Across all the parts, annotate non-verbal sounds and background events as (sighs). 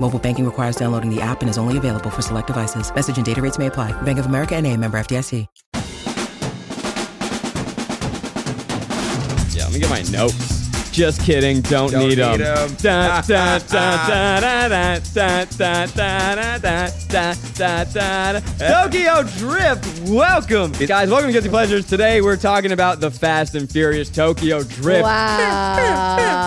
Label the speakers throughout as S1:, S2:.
S1: Mobile banking requires downloading the app and is only available for select devices. Message and data rates may apply. Bank of America and a member FDIC.
S2: Yeah, let me get my notes. Just kidding. Don't,
S3: Don't
S2: need them.
S3: need 'em.
S2: Da,
S3: (laughs)
S2: da, da, da, da, da, da, da, da, da, da, da, da, da, da. Tokyo Drift. Welcome, guys. Welcome to Guilty Pleasures. Today we're talking about the Fast and Furious Tokyo Drift.
S4: Wow.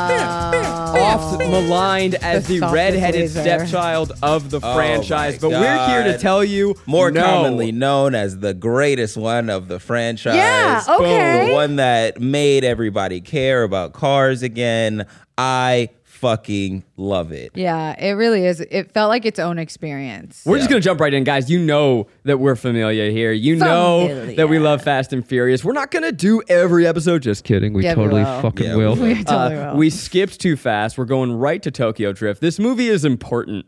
S2: Oft maligned as the,
S4: The sausage
S2: redheaded
S4: laser.
S2: stepchild of the franchise,
S3: Oh my
S2: but we're here to
S3: God.
S2: tell you
S3: More
S2: no.
S3: commonly known as the greatest one of the franchise.
S4: Yeah, okay.
S3: The one that made everybody care about cars again. I fucking love it.
S4: Yeah, it really is. It felt like its own experience.
S2: We're just gonna jump right in, guys. You know that we're familiar here. You know that we
S4: Familia.
S2: love Fast and Furious. We're not gonna do every episode. Just kidding. We
S4: Yeah, we
S2: totally
S4: will.
S2: fucking
S3: Yeah, we
S2: will. Uh,
S3: will.
S4: (laughs) We totally will.
S2: We skipped too fast. We're going right to Tokyo Drift. This movie is important.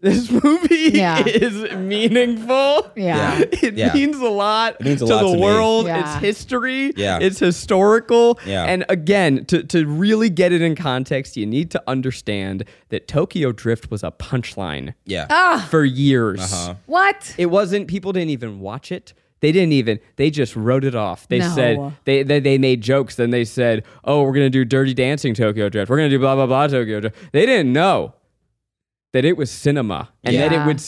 S2: This movie
S4: Mm. Yeah.
S2: is meaningful.
S4: Yeah.
S3: Yeah.
S2: (laughs) It
S3: Yeah.
S2: means a lot
S3: means a
S2: to
S3: lot
S2: the
S3: to me.
S2: world,
S4: Yeah.
S2: its history,
S3: Yeah.
S2: its historical.
S3: Yeah.
S2: And again, to, to really get it in context, you need to understand that Tokyo Drift was a punchline
S3: Yeah.
S2: for years.
S3: Uh-huh.
S4: what?
S2: Ah. It wasn't. People didn't even watch it. They didn't even. They just wrote it off. They
S4: No.
S2: said they, they they made jokes. Then they said, "Oh, we're gonna do Dirty Dancing Tokyo Drift. We're gonna do blah blah blah Tokyo Drift." They didn't know that it was cinema and that it
S4: Yeah.
S2: would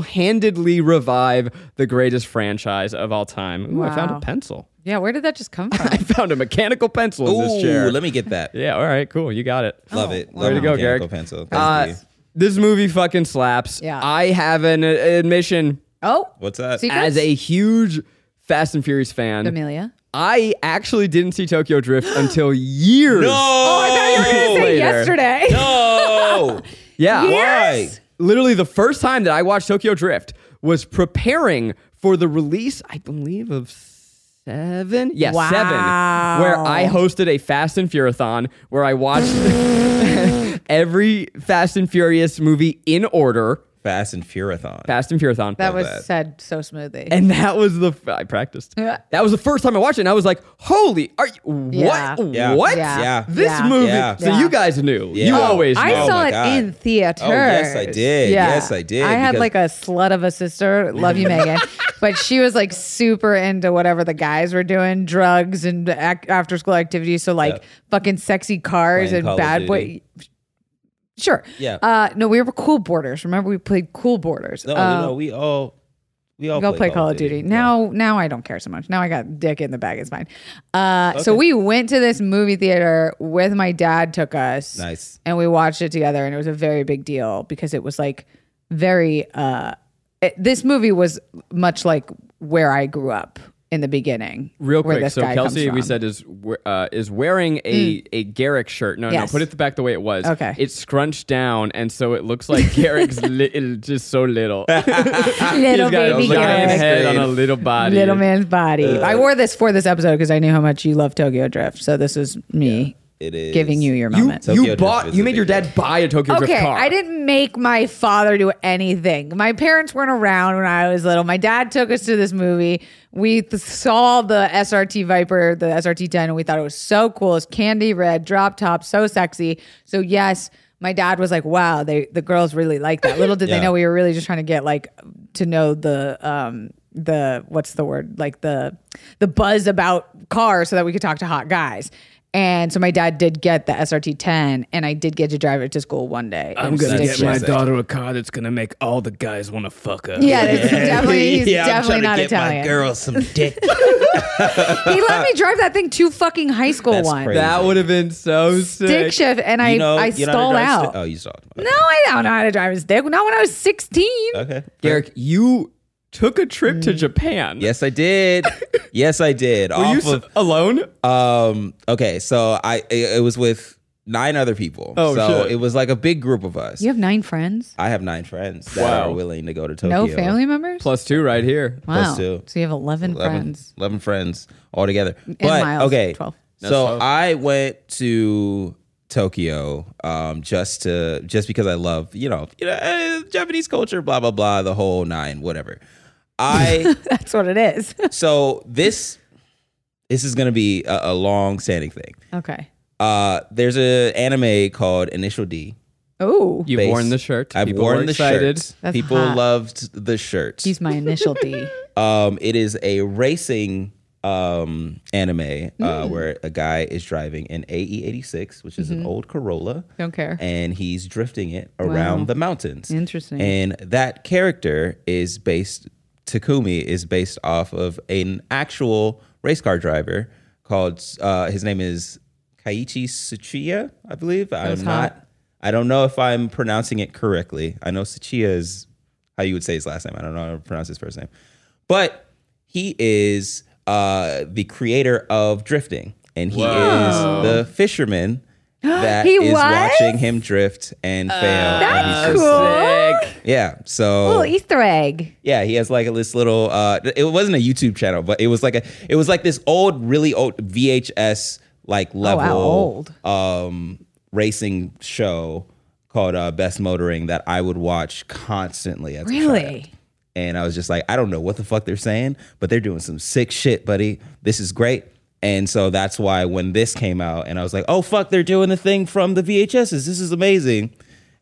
S2: single-handedly revive the greatest franchise of all time. Ooh, I found a
S4: Wow.
S2: pencil. (laughs)
S4: Yeah, where did that just come
S2: I
S4: from?
S2: found a mechanical pencil
S4: Oh.
S2: in
S3: Ooh,
S2: this chair.
S3: let me get (laughs) that.
S2: yeah. All right. Cool. You got it.
S3: Love it.
S4: Oh,
S2: Way
S3: Love
S2: to
S3: the
S2: go,
S3: mechanical
S2: Garrick.
S3: Pencil. Thank
S2: Uh,
S3: you.
S2: this movie fucking slaps.
S4: Yeah.
S2: I have an uh, admission.
S4: (laughs) oh,
S3: What's that? (laughs)
S4: See-
S2: as a huge Fast and Furious fan,
S4: Amelia.
S2: I actually didn't see Tokyo Drift (gasps) until years.
S3: Oh, I thought you were
S2: gonna say Later.
S4: yesterday. (laughs)
S3: no.
S2: Yeah.
S3: Years?
S2: Literally, the first time that I watched Tokyo Drift was preparing for the release, I believe, of seven. Yeah,
S4: Wow.
S2: seven. Where I hosted a Fast and Furiousathon where I watched (laughs) every Fast and Furious movie in order.
S3: Fast and Furathon.
S2: Fast and Furiousathon.
S4: That was
S3: that.
S4: said so smoothly.
S2: And that was the f- I practiced.
S4: Yeah.
S2: That was the first time I watched it, and I was like, "Holy, are you what?
S4: Yeah.
S3: Yeah.
S2: What?
S4: Yeah.
S3: Yeah.
S2: This
S4: Yeah.
S2: movie?
S3: Yeah.
S2: So you guys knew.
S3: Yeah.
S2: You
S3: Oh,
S2: always.
S4: I
S2: knew.
S3: Oh
S4: saw
S3: my
S4: it
S3: God.
S4: in theater.
S3: Oh, yes, I did. Yes, I did,
S4: I had
S3: because-
S4: like a slut of a sister. Love you,
S3: (laughs)
S4: Megan. But she was like super into whatever the guys were doing, drugs and ac- after school activities. So like fucking sexy cars
S3: Playing
S4: and
S3: Call of
S4: bad boy.
S3: Duty.
S4: Sure.
S3: Yeah.
S4: Uh, no, we were cool boarders. Remember, we played cool boarders.
S3: no,
S4: Uh,
S3: no, no, we all we all
S4: Go
S3: play,
S4: play Call of Duty. Now, now I don't care so much. Now I got dick in the bag. It's fine. Uh, So we went to this movie theater with my dad. Took us
S3: Nice.
S4: and we watched it together, and it was a very big deal because it was like very. Uh, it, this movie was much like where I grew up in the beginning.
S2: Real
S4: where
S2: quick,
S4: this
S2: so
S4: guy comes
S2: Kelsey, we
S4: from. Mm.
S2: said is we- uh, is wearing a a Garrick shirt. No,
S4: Yes.
S2: no, put it back the way it was.
S4: Okay.
S2: it's scrunched down, and so it looks
S4: (laughs)
S2: like Garrick's li- it- just so
S3: (laughs)
S2: little.
S4: little
S2: He's got a
S4: baby
S3: Look at
S2: giant
S3: his
S4: Garrick.
S2: head on
S3: face.
S2: a little body. Uh,
S4: Little man's body. I wore this for this episode because I knew how much you love Tokyo Drift. So this is me
S3: It is
S4: giving you your
S2: You,
S4: moment.
S3: Tokyo
S2: you
S3: Drift
S2: bought.
S3: is
S2: You
S3: a
S2: made
S3: big
S2: your dad
S3: deal.
S2: buy a Tokyo
S4: Okay,
S2: Drift car.
S4: I didn't make my father do anything. My parents weren't around when I was little. My dad took us to this movie. We th- saw the SRT Viper, the SRT 10, and we thought it was so cool. It's candy red, drop top, so sexy. So, yes, my dad was like, wow, they the girls really like that. Little did
S5: (laughs)
S3: Yeah.
S4: they know we were really just trying to get like to know the um the what's the word? Like the the buzz about cars so that we could talk to hot guys. And so my dad did get the SRT 10 and I did get to drive it to school one day.
S5: I'm gonna
S3: That's
S5: get my
S3: sick.
S5: daughter a car that's gonna make all the guys want to fuck her.
S4: (laughs) Yeah, this is definitely he's
S3: yeah,
S4: definitely
S3: I'm trying
S4: not
S3: to get my
S4: Italian.
S3: girl
S4: (laughs)
S3: some dick.
S4: he
S3: (laughs)
S4: let me drive that thing to fucking high school
S3: That's
S4: once.
S3: crazy.
S2: That would have been so sick.
S4: Dick shift and I
S3: you know,
S4: I
S3: you know how to
S4: stalled
S3: drive stick?
S4: out.
S3: Oh, you stalled.
S4: No, I don't know how to drive a stick. Not when I was 16.
S3: Okay.
S2: Garrick, you took a trip to Japan.
S3: Mm. Yes, I did. yes, I did.
S2: Were you
S3: Off
S2: s- alone?
S3: of um. Okay, so I it, it was with nine other people.
S6: Oh,
S3: so
S6: shit.
S3: it was like a big group of us.
S4: You have nine friends?
S3: I have nine friends that
S6: Wow.
S3: are willing to go to Tokyo.
S4: No family members?
S6: Plus two right here.
S4: wow.
S3: plus two.
S4: So you have 11,
S3: 11
S4: friends. (laughs)
S3: 11 friends all together. But
S4: miles,
S3: okay.
S4: 12.
S3: So I went to Tokyo um, just to just because I love, you know, you know, eh, Japanese culture, blah blah blah, the whole nine, whatever.
S4: (laughs)
S3: I
S4: That's what it is.
S3: so this this is going to be a, a long standing thing.
S4: okay.
S3: Uh, there's a anime called Initial D.
S4: Oh,
S6: You've
S3: Base.
S6: worn the shirt.
S3: I've
S6: People were
S3: worn the
S6: excited.
S3: shirt.
S4: That's
S3: People
S4: hot.
S3: loved the shirt.
S4: he's my initial D.
S3: Um, it is a racing um, anime
S4: Mm.
S3: uh, where a guy is driving an AE86, which is
S4: Mm-hmm.
S3: an old Corolla, (laughs)
S4: Don't care.
S3: and he's drifting it around the mountains.
S4: Interesting.
S3: And that character is based, Takumi is based off of an actual race car driver called, uh, his name is Kaiichi Tsuchiya, I believe. I'm
S4: hot.
S3: not, I don't know if I'm pronouncing it correctly. I know Tsuchiya is how you would say his last name. I don't know how to pronounce his first name. But he is uh, the creator of drifting, and he is the
S4: (gasps)
S3: fisherman that
S4: He
S3: is
S4: was?
S3: watching him drift and fail. That's
S4: Uh, cool.
S3: Yeah. So
S4: Little Easter egg.
S3: yeah, he has like this little. Uh, it wasn't a YouTube channel, but it was like a. It was like this old, really old VHS like level
S4: Oh, old.
S3: um racing show called uh, Best Motoring that I would watch constantly. As a child.
S4: Really?
S3: And I was just like, I don't know what the fuck they're saying, but they're doing some sick shit, buddy. This is great. And so that's why when this came out, and I was like, oh fuck, they're doing the thing from the VHSs. This is amazing.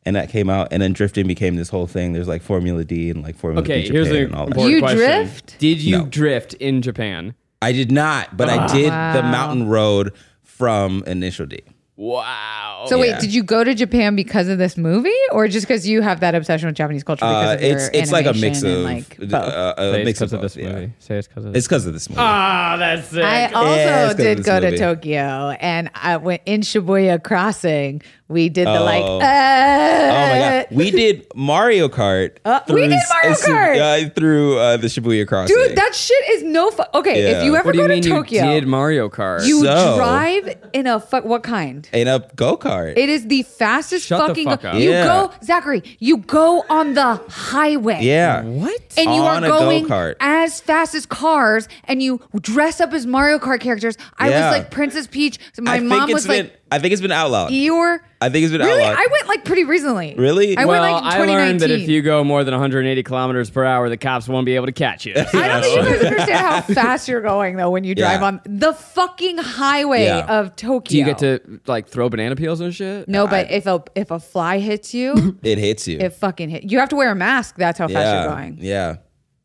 S3: And that came out, and then drifting became this whole thing. There's like Formula D and like Formula
S2: Okay,
S3: D
S2: here's
S3: Japan
S2: an
S3: and all
S2: important
S3: that.
S4: You
S2: question.
S4: drift?
S2: Did you
S3: No.
S2: drift in Japan?
S3: I did not, but
S2: Ah.
S3: I did the mountain road from Initial D.
S2: Wow.
S4: So wait, did you go to Japan because of this movie, or just because you have that obsession with Japanese culture? Because
S3: Uh,
S4: of your
S3: it's it's like a mix
S4: animation and,
S3: of
S4: like both?
S3: uh, a
S2: Say it's
S3: mix of
S2: because of this
S3: both, yeah.
S2: movie. Say it's because of this.
S3: It's because of this movie.
S2: Ah, that's it.
S4: I also
S3: it's 'cause of
S4: did
S3: this
S4: go
S3: movie.
S4: to Tokyo, and I went in Shibuya Crossing. We did the like. Uh, oh
S3: Oh my
S4: my
S3: god, we did Mario Kart.
S4: (laughs) Uh, we did Mario
S3: s-
S4: Kart!
S3: uh, through uh, the Shibuya crossing.
S4: Dude, that shit is no fun. Okay,
S3: Yeah.
S4: if you ever
S2: what do
S4: go
S2: you mean
S4: to Tokyo,
S2: you did Mario Kart?
S4: you
S3: So-
S4: drive in a fuck. What kind?
S3: in a go kart.
S4: It is the fastest
S2: Shut the
S4: fucking.
S2: fuck up.
S4: You
S3: Yeah.
S4: go, Zachary. You go on the highway.
S3: Yeah,
S4: and you
S3: On
S4: are
S3: a
S4: going
S3: go-kart.
S4: as fast as cars and you dress up as Mario Kart characters. I
S3: Yeah.
S4: was like Princess Peach. So My
S3: I
S4: mom
S3: think it's
S4: was
S3: been.
S4: like
S3: I think it's been outlawed.
S4: Eeyore.
S3: I think it's been
S4: really?
S3: outlawed.
S4: I went like pretty recently.
S3: Really?
S4: I
S2: well,
S4: went like in
S2: I
S4: 2019.
S2: learned that if you go more than 180 kilometers per hour, the cops won't be able to catch
S3: (laughs)
S2: you.
S4: I don't think you guys understand how fast you're going though when you drive
S3: Yeah.
S4: on the fucking highway
S3: Yeah.
S4: of Tokyo.
S2: Do you get to like throw banana peels and shit?
S4: No, but if a if a fly hits you,
S3: (laughs) it hits you.
S4: it fucking hit. You have to wear a mask. That's how fast
S3: yeah,
S4: you're going.
S3: yeah.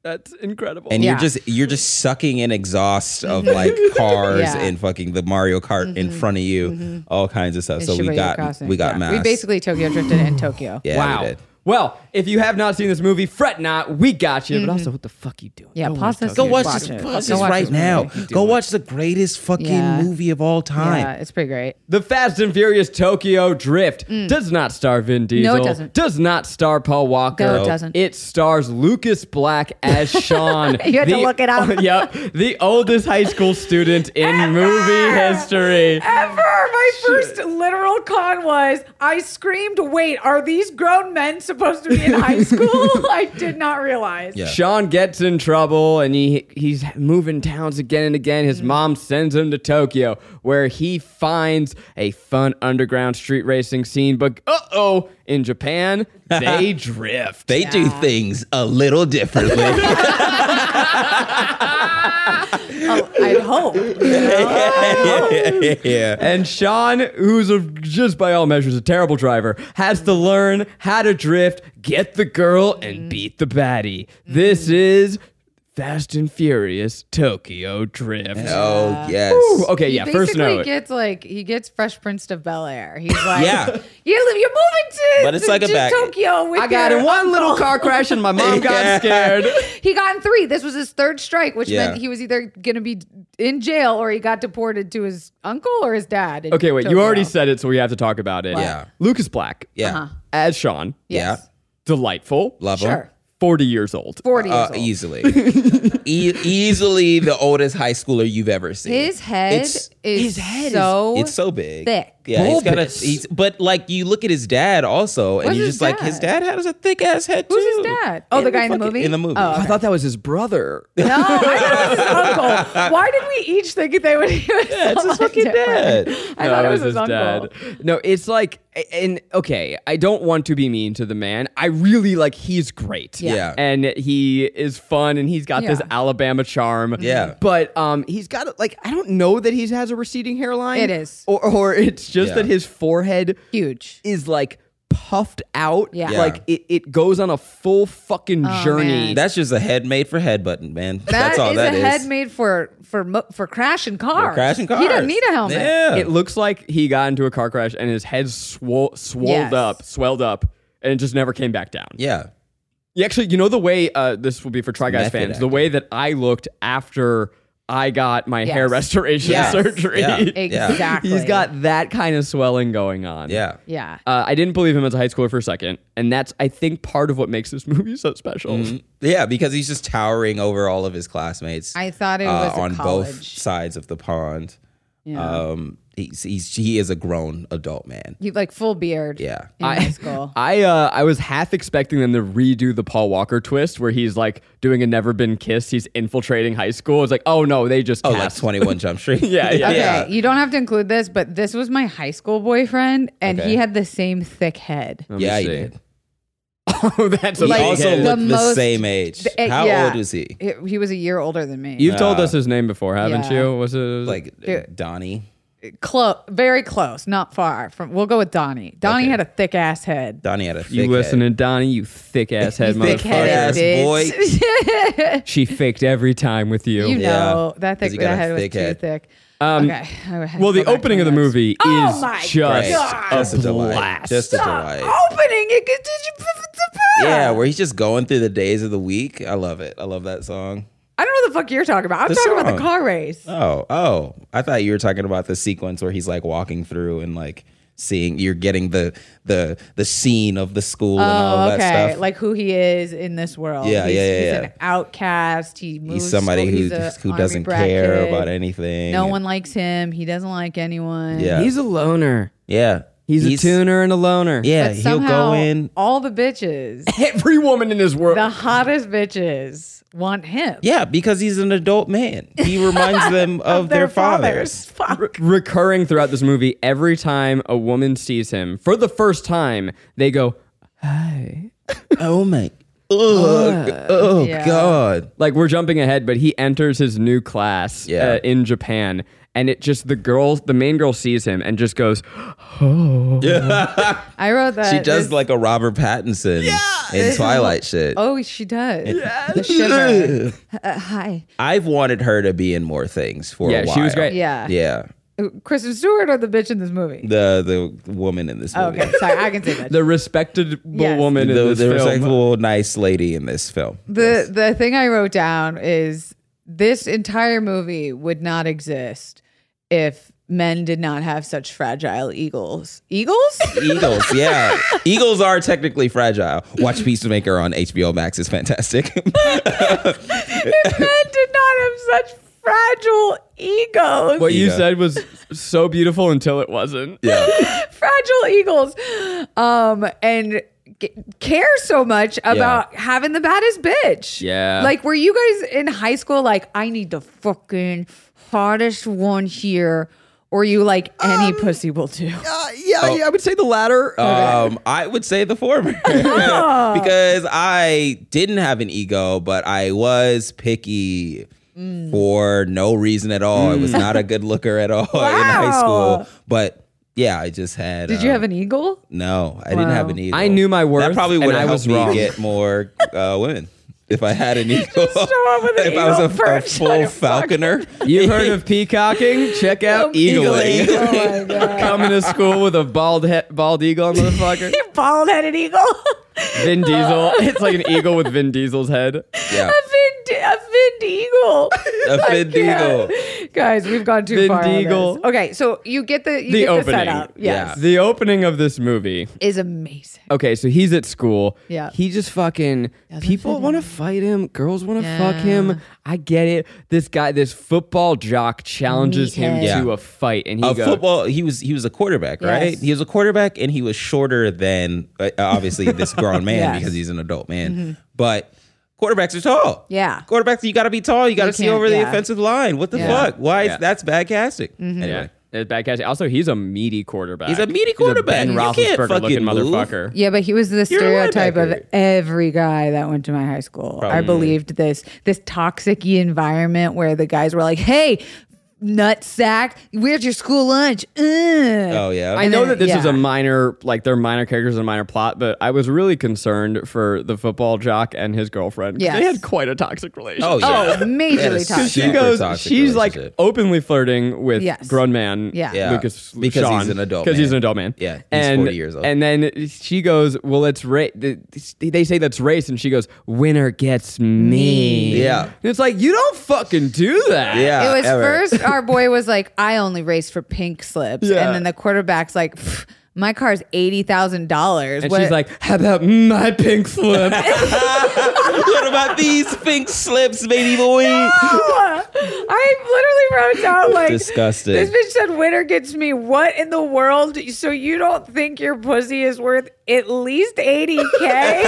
S2: That's incredible.
S3: And
S4: Yeah.
S3: you're just you're just sucking in exhaust of
S4: (laughs)
S3: like cars
S4: Yeah.
S3: and fucking the Mario Kart in front of you, all kinds of stuff.
S4: It's
S3: so we
S4: Shibuya
S3: got
S4: Crossing.
S3: we got
S4: Yeah.
S3: masks.
S4: We basically Tokyo drifted in Tokyo.
S3: yeah, we
S2: wow.
S3: did.
S2: Well, if you have not seen this movie, fret not. We got you. But also, what the fuck you doing?
S4: Mm-hmm. Yeah,
S2: Go
S4: pause
S2: watch
S4: this.
S3: Go
S2: Tokyo.
S3: watch,
S4: Watch
S3: this,
S4: it.
S3: watch
S4: Go
S3: this
S4: watch
S3: right
S4: this
S3: now.
S4: movie.
S3: Go watch the greatest fucking
S4: Yeah.
S3: movie of all time.
S4: Yeah, it's pretty great.
S2: The Fast and Furious Tokyo Drift does not star Vin Diesel.
S4: Mm. doesn't.
S2: Does not star Paul Walker.
S4: No, it doesn't.
S2: It stars Lucas Black
S4: (laughs)
S2: as Sean.
S4: You had to look it
S2: (laughs)
S4: up.
S2: yep. The oldest high school student in
S4: (laughs)
S2: movie
S4: Ah!
S2: history.
S4: ever. My first literal con was I screamed, "Wait, are these grown men supposed to be in (laughs) high school?" I did not realize.
S3: Yeah.
S2: Sean gets in trouble and he he's moving towns again and again. His mom sends him to Tokyo where he finds a fun underground street racing scene. But uh-oh, in Japan, they drift.
S3: They do things a
S4: (laughs)
S3: little differently.
S4: Oh, I hope.
S3: (laughs) yeah.
S2: And Sean, who's a, just by all measures a terrible driver, has to learn how to drift, get the girl, and beat the baddie. This is Fast and Furious Tokyo Drift.
S3: Oh yes.
S2: Ooh, okay, yeah,
S4: he
S2: first
S4: basically
S2: note.
S4: gets like he gets Fresh Prince of Bel Air. He's like,
S3: Yeah.
S4: you live, you're moving to,
S3: But it's like a
S4: to
S3: back-
S4: Tokyo. With
S2: I got
S4: your
S2: in one little
S4: uncle."
S2: car crash and my mom got
S3: Yeah.
S2: scared.
S4: He got in three. This was his third strike, which
S3: Yeah.
S4: meant he was either going to be in jail or he got deported to his uncle or his dad. in
S2: Okay, wait, you
S4: Tokyo.
S2: already said it, so we have to talk about it.
S3: Yeah.
S2: Lucas Black
S3: Yeah.
S4: Uh-huh.
S2: as Sean,
S3: Yeah.
S4: Yes.
S2: delightful,
S3: Love him.
S4: Sure.
S2: 40 years old.
S4: forty
S3: Uh,
S4: years old.
S3: easily,
S4: (laughs)
S3: e- easily the oldest high schooler you've ever seen.
S4: His head
S3: It's-
S4: is
S3: his head
S4: so
S3: is, it's so big.
S4: thick.
S3: Yeah, he's got a.
S2: bulbous.
S3: He's, but like you look at his dad also, and
S4: What's
S3: you're
S4: his
S3: just like, his
S4: dad?
S3: dad has a thick ass head too.
S4: Who's his dad? Oh, the guy in the
S3: fucking-
S4: movie?
S3: In the movie. (laughs)
S4: Oh,
S2: I thought that was his brother.
S4: No, I thought it was his uncle. Why did we each think that they would? (laughs) Yeah,
S3: it's his fucking dad.
S4: (laughs) I thought it was his uncle.
S2: No, it's like, and okay, I don't want to be mean to the man. I really like he's great.
S4: Yeah.
S3: Yeah.
S2: and he is fun, and he's got this
S4: Yeah.
S2: Alabama charm.
S3: Yeah.
S2: but um, he's got like I don't know that he has a receding hairline.
S4: It is.
S2: or, or it's just
S3: Yeah.
S2: that his forehead
S4: Huge.
S2: is like puffed out.
S4: Yeah. Yeah.
S2: like it, it goes on a full fucking journey.
S4: man.
S3: That's just a head made for head button, man. That's all
S4: is
S3: that
S4: a
S3: is.
S4: head made for for mo- for crashing cars.
S3: crashing cars.
S4: He didn't need a helmet.
S3: Yeah.
S2: It looks like he got into a car crash and his head swole, swolled
S4: Yes.
S2: up, swelled up, and it just never came back down.
S3: yeah.
S2: You actually, you know the way uh, this will be for Try Guys
S3: Method
S2: fans. The
S3: acting.
S2: way that I looked after I got my hair
S4: Yes.
S2: restoration
S3: Yes.
S2: surgery.
S3: Yeah.
S2: (laughs)
S3: Yeah.
S4: Exactly.
S2: He's got that kind of swelling going on.
S3: Yeah.
S4: Yeah.
S2: Uh, I didn't believe him as a high schooler for a second, and that's I think part of what makes this movie so special.
S3: Mm-hmm. Yeah, because he's just towering over all of his classmates. uh,
S4: I thought it was a
S3: on both
S4: college.
S3: sides of the pond. Um, he's, he's he is a grown adult man.
S4: He like full beard.
S3: Yeah.
S4: In high school.
S2: I uh, I was half expecting them to redo the Paul Walker twist where he's like doing a never been kissed. He's infiltrating high school. It's like, oh no, they just
S3: Oh,
S2: cast-
S3: like Twenty One Jump
S2: (laughs)
S3: Street.
S2: Yeah, yeah.
S4: Okay, you don't have to include this, but this was my high school boyfriend, and
S3: Okay.
S4: he had the same thick head.
S2: Let me
S3: Yeah, he
S2: see.
S3: did.
S2: oh, (laughs) that's a
S3: He
S4: Like,
S2: big
S3: also
S2: hit.
S4: the
S3: looked the,
S4: most-
S3: same age.
S4: Eh,
S3: How
S4: yeah.
S3: old is he?
S4: He, he was a year older than me.
S2: You've told us his name before, haven't
S4: Yeah.
S2: you? Was it was it-
S3: Like uh,
S4: Dude.
S3: Donnie.
S4: Close, very close, not far from. We'll go with Donnie. Donnie
S3: Okay.
S4: had a thick ass head.
S3: Donnie had a thick
S2: you
S3: head.
S2: listening, Donnie? You
S3: (laughs)
S2: thick ass head motherfucker.
S3: thick head ass
S4: Thick-headed (laughs)
S3: boy.
S4: bitch.
S2: She faked every time with you.
S4: You
S3: Yeah.
S4: know that thick
S3: 'Cause he got
S4: that
S3: a
S4: head
S3: thick
S4: was
S3: head.
S4: too thick. okay. I had
S2: Um, well,
S4: to
S2: the
S4: go back
S2: opening
S4: to
S2: of the
S4: notes.
S2: movie
S4: Oh my
S2: is just
S4: God.
S2: a
S3: Just a delight.
S2: blast.
S3: Just a
S4: Stop
S3: delight.
S4: opening it. 'cause did you-
S3: Yeah, where he's just going through the days of the week. I love it. I love that song.
S4: I don't know what the fuck you're talking about. I'm
S3: The
S4: talking about the
S3: song.
S4: car race.
S3: Oh, oh. I thought you were talking about the sequence where he's like walking through and like seeing you're getting the the the scene of the school and all
S4: Oh,
S3: of that
S4: okay.
S3: stuff.
S4: Like who he is in this world.
S3: Yeah,
S4: he's,
S3: yeah, yeah,
S4: He's
S3: yeah.
S4: an outcast. He moves
S3: he's somebody
S4: school.
S3: who
S4: He's a
S3: who
S4: army
S3: doesn't
S4: brat
S3: care
S4: kid.
S3: about anything.
S4: No one likes him. He doesn't like anyone.
S3: Yeah.
S2: He's a loner.
S3: Yeah.
S2: He's, a tuner and a loner.
S3: Yeah,
S4: But
S3: he'll
S4: somehow
S3: go in.
S4: all
S3: (laughs)
S4: the bitches,
S2: Every woman in this world.
S4: the hottest bitches, want him.
S3: Yeah, because he's an adult man. He
S4: (laughs)
S3: reminds them of, their, fathers.
S4: Fuck.
S2: recurring throughout this movie, every time a woman sees him for the first time, they go, "Hi."
S3: Oh my. Ugh. oh
S4: Yeah.
S3: God.
S2: Like we're jumping ahead, but he enters his new class
S3: Yeah.
S2: uh, in Japan, and it just the girl, the main girl, sees him and just goes,
S4: I wrote that.
S3: She does
S4: this-
S3: like a Robert Pattinson in Twilight shit.
S4: Oh, she does. The shiver. Uh, hi.
S3: I've wanted her to be in more things for
S2: Yeah,
S3: a while.
S2: she was great.
S4: Yeah.
S3: Yeah.
S4: Kristen Stewart or the bitch in this movie?
S3: The the woman in this movie.
S4: Oh, Okay, sorry, I can say that.
S2: the respectable
S4: Yes.
S2: woman
S3: The,
S2: in this
S3: the
S2: film.
S3: respectable, nice lady in this film.
S4: The the thing I wrote down is this entire movie would not exist if men did not have such fragile eagles.
S2: (laughs)
S4: Eagles?
S3: Eagles, yeah. Eagles are technically fragile. Watch Peacemaker on HBO Max is fantastic. (laughs)
S4: if men did not have such fragile egos.
S2: what you
S3: Yeah.
S2: said was so beautiful until it wasn't.
S3: yeah.
S4: fragile eagles. Um and g- care so much about having the baddest bitch.
S2: Yeah.
S4: Like were you guys in high school like I need the fucking hottest one here or you like any pussy will do?
S2: Uh, Um, yeah, yeah, I would say the latter.
S3: Um, I would say the former
S4: (laughs)
S3: (laughs)
S4: Oh.
S3: because I didn't have an ego, but I was picky
S4: Mm.
S3: for no reason at all. I was not a good looker at
S4: (laughs)
S3: all in high
S4: Wow.
S3: school, but yeah, I just had.
S4: Did you have
S3: um,
S4: an eagle?
S3: No, I didn't have
S4: Wow.
S3: an ego.
S2: I knew my worth,
S3: That probably
S2: and
S3: would
S2: I
S3: have
S2: was
S3: helped me
S2: wrong.
S3: get more uh, women if I had
S4: (laughs)
S3: an ego.
S4: show up with
S3: (laughs)
S4: an
S3: if I was
S4: eagle
S3: a, a
S4: perch on
S3: full
S4: your pocket. (laughs)
S3: falconer, (laughs)
S2: you heard of peacocking? Check out eagling.
S3: Eagling.
S4: Oh
S3: (laughs)
S4: my
S2: (laughs)
S4: god.
S2: Coming to school with a bald he- bald eagle,
S4: (laughs)
S2: motherfucker.
S4: Bald headed eagle.
S2: Vin Diesel. It's like an eagle with Vin Diesel's head.
S3: yeah.
S4: A Vin D- a Vin Diesel.
S3: A Vin Diesel.
S4: Guys, we've gone too
S2: Vin
S4: far. on this.
S2: Diesel.
S4: Okay, so you get the you
S2: The
S4: get
S2: opening.
S4: the setup. Yes,
S2: The opening of this movie.
S4: is amazing.
S2: Okay, so he's at school.
S4: Yeah.
S2: He just fucking people want to fight him. Girls want to fuck
S4: Yeah.
S2: him. I get it. This guy, this football jock, challenges him
S4: Meathead.
S2: to
S3: Yeah.
S2: a fight, and he
S3: Uh,
S2: goes.
S3: football. He was he was a quarterback, right?
S4: Yes.
S3: He was a quarterback, and he was shorter than uh, obviously this grown man
S4: Yes. Mm-hmm.
S3: because he's an adult man. But quarterbacks are tall.
S4: Yeah.
S3: quarterbacks. You got to be tall. You got to see
S4: can't-
S3: over the
S4: yeah.
S3: offensive line. What the
S4: Yeah. Mm-hmm.
S3: fuck? Why?
S2: Yeah.
S3: Is, that's bad casting.
S2: Yeah.
S3: Anyway.
S2: It's bad catch. Also, he's a meaty quarterback.
S3: He's a meaty
S2: He's
S3: quarterback.
S2: a ben
S3: You can't
S2: Roethlisberger looking
S3: fucking move.
S2: motherfucker.
S4: Yeah, but he was the
S3: You're a
S4: stereotype of
S3: linebacker.
S4: every guy that went to my high school. I believed this this toxic environment where the guys were like, "Hey, nutsack, where's your school lunch?" Ugh.
S3: Oh yeah.
S2: I know
S4: then-
S2: that this is
S4: yeah.
S2: a minor, like they're minor characters and a minor plot, but I was really concerned for the football jock and his girlfriend. 'cause They
S4: Yes.
S2: had quite a toxic relationship.
S3: Oh (laughs) yeah.
S4: majorly
S3: Yeah,
S4: toxic.
S2: She
S3: super
S2: goes,
S3: toxic
S2: she's like
S3: relationship.
S2: openly flirting with
S4: Yes.
S2: grown man
S4: Yeah. Yeah.
S2: Lucas
S3: Because
S2: Sean,
S3: he's an adult
S2: Because he's an
S3: man.
S2: adult man.
S3: Yeah, he's
S2: and,
S3: 40 years old.
S2: And then she goes, well, it's race. They say that's race, and she goes, winner gets me.
S3: Yeah.
S2: And it's like, you don't fucking do that.
S3: Yeah.
S4: it was
S3: ever.
S2: (laughs)
S4: first our boy was like, I only race for pink slips.
S2: Yeah.
S4: And then the quarterback's like, "Pff, my car's eighty thousand dollars.
S2: And she's like, how about my pink
S4: (laughs)
S2: slip?
S3: what about these pink slips, baby boy?
S4: (laughs) I literally wrote down like
S3: Disgusting.
S4: This bitch said winner gets me what in the world? So you don't think your pussy is worth at least 80k?
S3: (laughs)
S4: and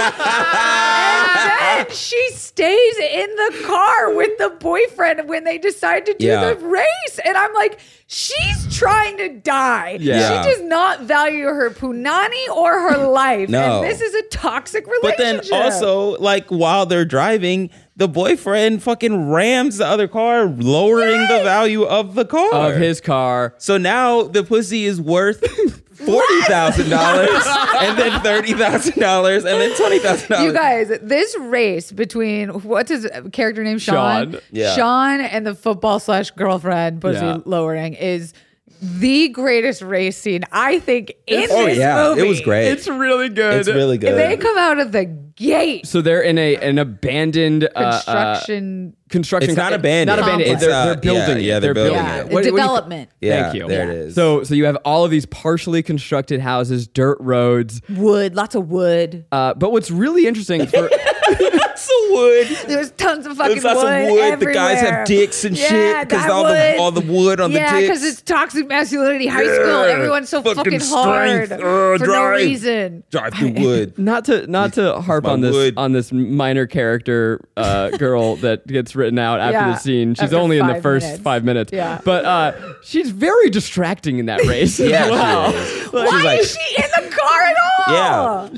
S4: then she stays in the car with the boyfriend when they decide to do
S3: Yeah.
S4: the race. And I'm like, she's trying to die.
S3: Yeah.
S4: She does not value her punani or
S3: (laughs)
S4: her life.
S3: No.
S4: And this is a toxic
S3: But
S4: relationship.
S3: then also, like while they're driving, the boyfriend fucking rams the other car, lowering the value of the car.
S2: of his car.
S3: So now the pussy is
S4: (laughs)
S3: worth forty thousand dollars, and then thirty thousand dollars, and then twenty thousand dollars.
S4: You guys, this race between what's his character name, Sean,
S2: Sean.
S3: Yeah.
S4: Sean and the football slash girlfriend pussy
S2: Yeah.
S4: lowering is the greatest race scene I think in
S3: Oh
S4: this
S3: yeah,
S4: movie.
S3: it was great.
S2: It's really good.
S3: It's really good.
S4: They come out of the gate
S2: So they're in a an abandoned uh, uh,
S4: construction.
S2: construction.
S3: It's not abandoned.
S2: Not abandoned.
S4: Complex.
S2: They're,
S3: It's, uh,
S2: they're building.
S3: yeah,
S2: it.
S3: yeah, they're building
S4: yeah,
S3: it.
S2: oh, What- what do you-
S4: development.
S3: yeah,
S2: Thank you.
S3: There it is.
S2: So so you have all of these partially constructed houses, dirt roads.
S4: wood, lots of wood.
S2: Uh, but what's really interesting
S4: (laughs)
S2: for
S3: so wood.
S4: There's tons of fucking
S3: There's lots
S4: wood.
S3: of wood. The guys
S4: everywhere.
S3: have dicks and
S4: Yeah,
S3: shit because
S4: that
S3: all
S4: wood.
S3: the all the wood on
S4: yeah,
S3: the dicks.
S4: because it's toxic masculinity. High school,
S3: Yeah.
S4: everyone's so
S3: Fucking
S4: fucking, hard
S3: strength. Uh, Ugh,
S4: for no
S3: drive.
S4: reason.
S3: drive through wood.
S4: (laughs)
S2: not to not to harp
S3: my
S2: on this
S3: wood.
S2: on this minor character uh,
S4: (laughs)
S2: girl that gets written out after
S4: Yeah,
S2: the scene. She's
S4: after
S2: only in the
S4: five
S2: first
S4: minutes.
S2: five minutes.
S4: Yeah.
S2: But uh, she's very distracting in
S4: (laughs)
S2: that race. as
S3: Yeah,
S2: well.
S3: she is.
S2: Like,
S4: Why
S3: She's like-
S4: is she in the car at all? Oh.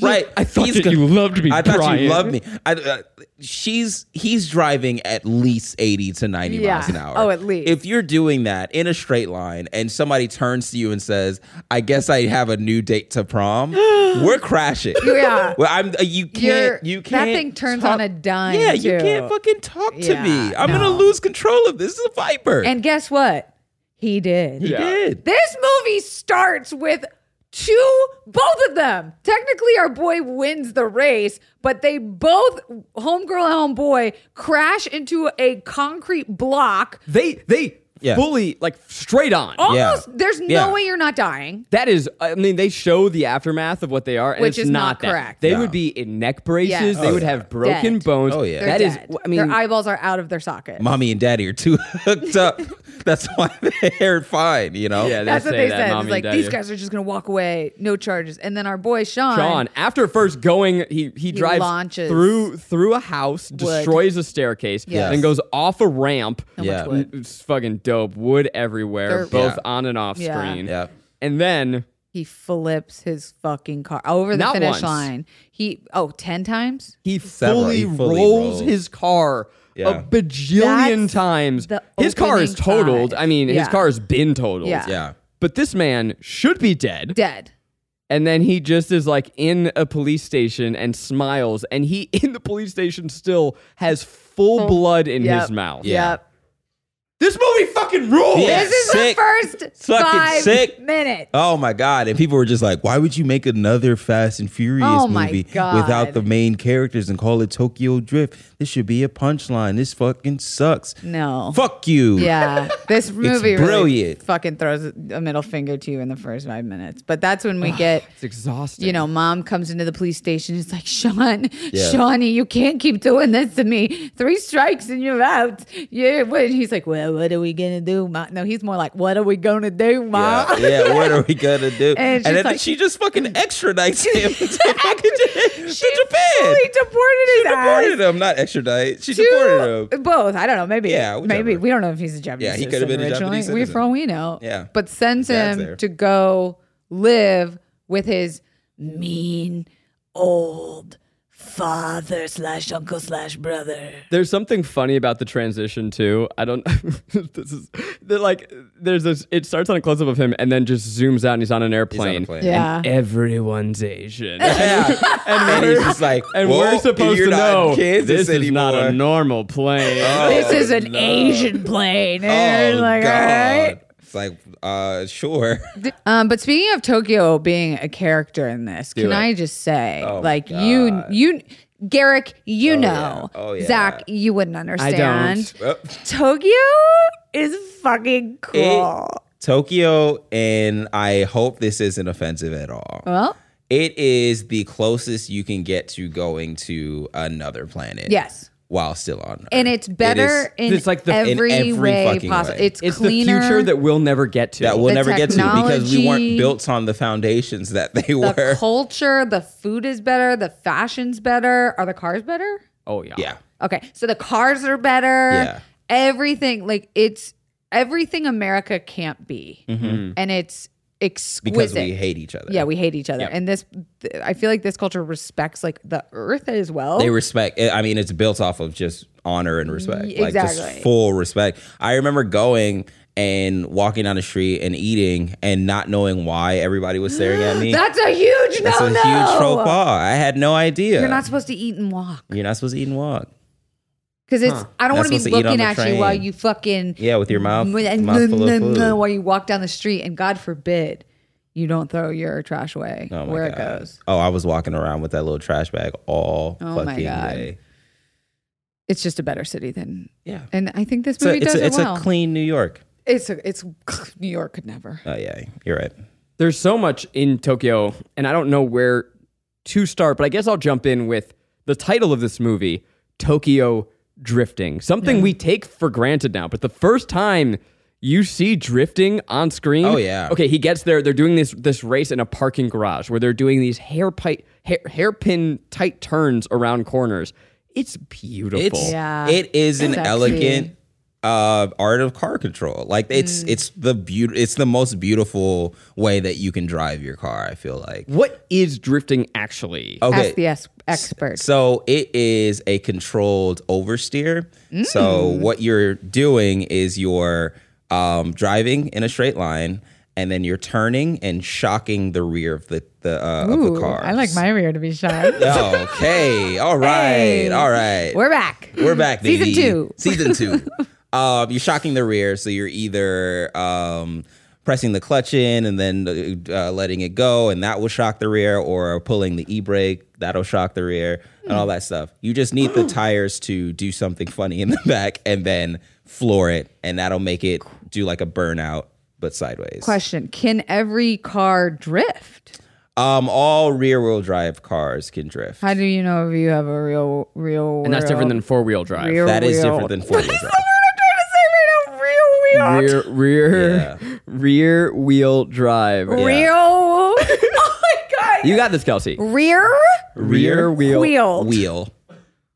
S3: Yeah, right.
S2: I thought
S3: He's
S2: that
S3: gonna-
S2: you loved me,
S3: I thought
S2: Brian.
S3: you loved me. I, uh, she's he's driving at least eighty to ninety
S4: Yeah.
S3: miles an hour.
S4: Oh, at least.
S3: If you're doing that in a straight line, and somebody turns to you and says, "I guess I have a new date to
S4: (gasps)
S3: prom," we're crashing.
S4: Yeah.
S3: Well, I'm. Uh, you
S4: You're-
S3: can't. you can't.
S4: That thing turns
S3: talk-
S4: on a dime.
S3: Yeah, you
S4: too.
S3: can't fucking talk to
S4: Yeah,
S3: me. I'm
S4: no.
S3: gonna lose control of this. This is a viper.
S4: And guess what? He did.
S3: he
S2: Yeah.
S3: did.
S4: This movie starts with two, both of them. Technically, our boy wins the race, but they both, homegirl and homeboy, crash into a concrete block.
S2: They they
S3: Yeah.
S2: fully like straight on.
S4: Almost, there's no
S3: Yeah.
S4: way you're not dying.
S2: That is, I mean, they show the aftermath of what they are, and
S4: Which
S2: it's
S4: is not
S2: that.
S4: correct.
S2: They
S3: No.
S2: would be in neck braces.
S4: Yes.
S2: They
S4: Oh,
S2: would
S3: yeah.
S2: have broken
S4: Dead.
S2: bones.
S3: Oh, yeah.
S4: They're
S2: that is.
S4: dead.
S2: I mean,
S4: Their eyeballs are out of their socket.
S3: Mommy and daddy are too (laughs) hooked up. That's why (laughs) they're fine. You know.
S2: yeah,
S4: That's what they
S2: that,
S4: said.
S2: mommy
S4: It's
S2: and
S4: like
S2: daddy.
S4: these guys are just gonna walk away, no charges. And then our boy Sean,
S2: Sean, after first going, he he, drives
S4: launches.
S2: through through a house, destroys a staircase,
S4: Yes.
S2: then goes off a ramp.
S3: Yeah.
S4: wood?
S2: It's fucking dope. Wood everywhere,
S4: There-
S2: both
S3: Yeah.
S2: on and off
S4: Yeah.
S2: screen.
S3: Yeah.
S2: And then
S4: he flips his fucking car over the
S2: Not
S4: finish
S2: once.
S4: line. He oh, 10 times?
S2: he
S3: Several-
S2: fully,
S3: he fully
S2: rolls
S3: rolls.
S2: his car
S3: Yeah.
S2: a bajillion
S4: That's
S2: times.
S4: the
S2: His car is
S4: opening
S2: totaled.
S4: five.
S2: I mean, his
S4: Yeah.
S2: car has been totaled.
S4: Yeah.
S3: Yeah.
S2: But this man should be dead.
S4: Dead.
S2: And then he just is like in a police station and smiles. And he (laughs) in the police station still has full blood in
S4: Yep.
S2: his mouth.
S3: Yeah.
S4: Yep.
S2: This movie fucking rules.
S3: Yeah.
S4: This is
S3: Sick.
S4: the first
S3: Fucking
S4: five
S3: sick.
S4: minutes.
S3: Oh my god! And people were just like, "Why would you make another Fast and Furious
S4: Oh my
S3: movie
S4: God.
S3: without the main characters and call it Tokyo Drift?" This should be a punchline. This fucking sucks.
S4: No.
S3: Fuck you.
S4: Yeah, this movie really
S3: brilliant.
S4: fucking throws a middle finger to you in the first five minutes. But that's when we get
S2: It's exhausting.
S4: you know, mom comes into the police station. It's like, Sean, Shawnee, you can't keep doing this to me. Three strikes and you're out. Yeah. What? He's like, well, what are we going to do, Ma? No, he's more like, what are we going to do, (laughs) Ma?
S3: Yeah, yeah, what are we gonna do?
S4: And
S3: And,
S4: she's
S3: then
S4: like-
S3: she just
S4: (laughs)
S3: fucking extradites him (laughs) to, fucking, to
S4: She
S3: Japan.
S4: fully deported his
S3: She deported him, not extradite. She
S4: (laughs)
S3: deported him.
S4: Both. I don't know. Maybe.
S3: Yeah,
S4: Maybe
S3: whichever.
S4: we don't know if he's a Japanese.
S3: Yeah, he
S4: citizen
S3: could have been a
S4: originally.
S3: Japanese
S4: We,
S3: citizen.
S4: for all we know.
S3: Yeah.
S4: But sends
S3: His dad's
S4: him
S3: there.
S4: to go live with his mean old father slash uncle slash brother.
S2: There's something funny about the transition too. I don't. (laughs) this is they're like there's this. It starts on a close up of him and then just zooms out and he's on an
S3: He's on a
S2: airplane.
S3: plane.
S4: Yeah.
S2: Everyone's
S4: (laughs)
S2: Asian.
S3: Yeah. and, he's just like,
S2: (laughs) and
S3: "Well,
S2: we're supposed
S3: you're
S2: to
S3: not in
S2: know
S3: Kansas
S2: this is not a
S3: anymore."
S2: normal plane.
S4: this is an Asian plane. And
S3: Oh,
S4: like,
S3: God.
S4: all right.
S3: It's like, uh, sure.
S4: Um, but speaking of Tokyo being a character in this, can
S2: it.
S4: I just say,
S3: Oh, my
S4: like you,
S3: God.
S4: you, Garrick, you know,
S3: yeah. Oh, yeah.
S4: Zach, you wouldn't understand.
S3: Well,
S4: Tokyo is fucking cool.
S3: Tokyo, and I hope this isn't offensive at all.
S4: well,
S3: It is the closest you can get to going to another planet.
S4: yes,
S3: While still on Earth.
S4: and it's better
S3: It is,
S4: in
S2: it's like the- in
S4: every,
S3: every
S4: way
S3: fucking
S4: possible.
S3: way.
S4: It's,
S2: It's
S4: cleaner.
S2: the future that we'll never get to.
S3: that we'll
S4: the
S3: never get to because we
S4: technology-
S3: weren't built on the foundations that they
S4: the
S3: were.
S4: culture, the food is better, the fashion's better. Are the cars better?
S2: oh yeah.
S3: (laughs) yeah.
S4: Okay, so the cars are better.
S3: Yeah.
S4: Everything like it's everything America can't be, and it's exquisite.
S3: Mm-hmm. Because we hate each other.
S4: yeah, we hate each other, and this th- I feel like this culture respects like the earth as well.
S3: they respect i mean it's built off of just honor and respect
S4: Ye-
S3: like just
S4: exactly.
S3: full respect i remember going and walking down the street and eating and not knowing why everybody was staring at
S4: (gasps)
S3: me (laughs)
S4: That's a huge
S3: That's
S4: no
S3: a
S4: no.
S3: huge faux pas i had no idea
S4: You're not supposed to eat and walk
S3: You're not supposed to eat and walk
S4: because it's I
S3: Not
S4: don't want to
S3: supposed
S4: be
S3: to eat on
S4: looking
S3: the
S4: at you while
S3: train.
S4: you fucking
S3: yeah with your mouth,
S4: and
S3: mouth full of food.
S4: while you walk down the street, and God forbid you don't throw your trash away
S3: Oh my
S4: where it
S3: God.
S4: goes.
S3: Oh, I was walking around with that little trash bag all
S4: Oh my
S3: fucking
S4: God.
S3: day.
S4: It's just a better city than
S3: Yeah.
S4: And I think this
S3: It's, a,
S4: movie
S3: it's,
S4: does
S3: a,
S4: it
S3: it's
S4: well.
S3: a clean New York.
S4: it's a, it's New York could never.
S3: Oh yeah, you're right.
S2: There's so much in Tokyo, and I don't know where to start, but I guess I'll jump in with the title of this movie, Tokyo Drifting. Something we take for granted now, but the first time you see drifting on screen.
S3: Oh, yeah.
S2: Okay, he gets there. They're doing this this race in a parking garage where they're doing these hair pi- hair, hairpin tight turns around corners. It's beautiful.
S3: It's
S4: Yeah.
S3: it is an
S4: Sexy.
S3: elegant uh art of car control. Like it's
S4: Mm.
S3: it's the beaut it's the most beautiful way that you can drive your car, I feel like.
S2: what is drifting actually?
S3: Oh.
S4: Ask the es- expert.
S3: So it is a controlled oversteer. So what you're doing is you're um, driving in a straight line, and then you're turning and shocking the rear of the the uh, of the car.
S4: rear to be
S3: (laughs)
S4: shot.
S3: Okay, all right, all right.
S4: (laughs) We're back.
S3: We're back,
S4: Season
S3: baby.
S4: two.
S3: Season
S4: (laughs)
S3: two. um, you're shocking the rear, so you're either um, pressing the clutch in and then uh, letting it go, and that will shock the rear, or pulling the e brake, that'll shock the rear, and all that stuff. You just need the tires to do something funny in the (laughs) back, and then floor it, and that'll make it do like a burnout, but sideways.
S4: Question: Can every car drift?
S3: Um, all rear wheel drive cars can drift.
S4: How do you know if you have a real real?
S2: and that's different
S4: (laughs)
S2: than four wheel drive.
S4: Real-
S3: That is
S4: wheel.
S3: different than four wheel
S4: (laughs)
S3: drive.
S4: I'm trying to say right now. Real wheel.
S2: rear rear (laughs) rear wheel drive.
S4: Real.
S3: (laughs)
S4: oh my god.
S2: You got this, Kelsey.
S4: rear
S2: Rear wheel.
S4: wheeled.
S3: Wheel.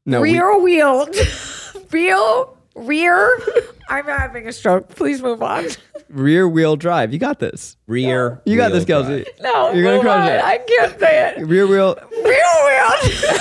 S2: No, we-
S4: rear wheeled. (laughs) real rear. I'm having a stroke. Please move on. (laughs)
S2: rear wheel drive. You got this.
S3: Rear.
S2: You got
S3: wheel
S2: this, Kelsey.
S3: drive.
S4: No,
S2: You're gonna
S4: move
S2: crush
S4: on.
S2: it.
S4: I can't say it.
S2: Rear wheel.
S4: Real wheeled.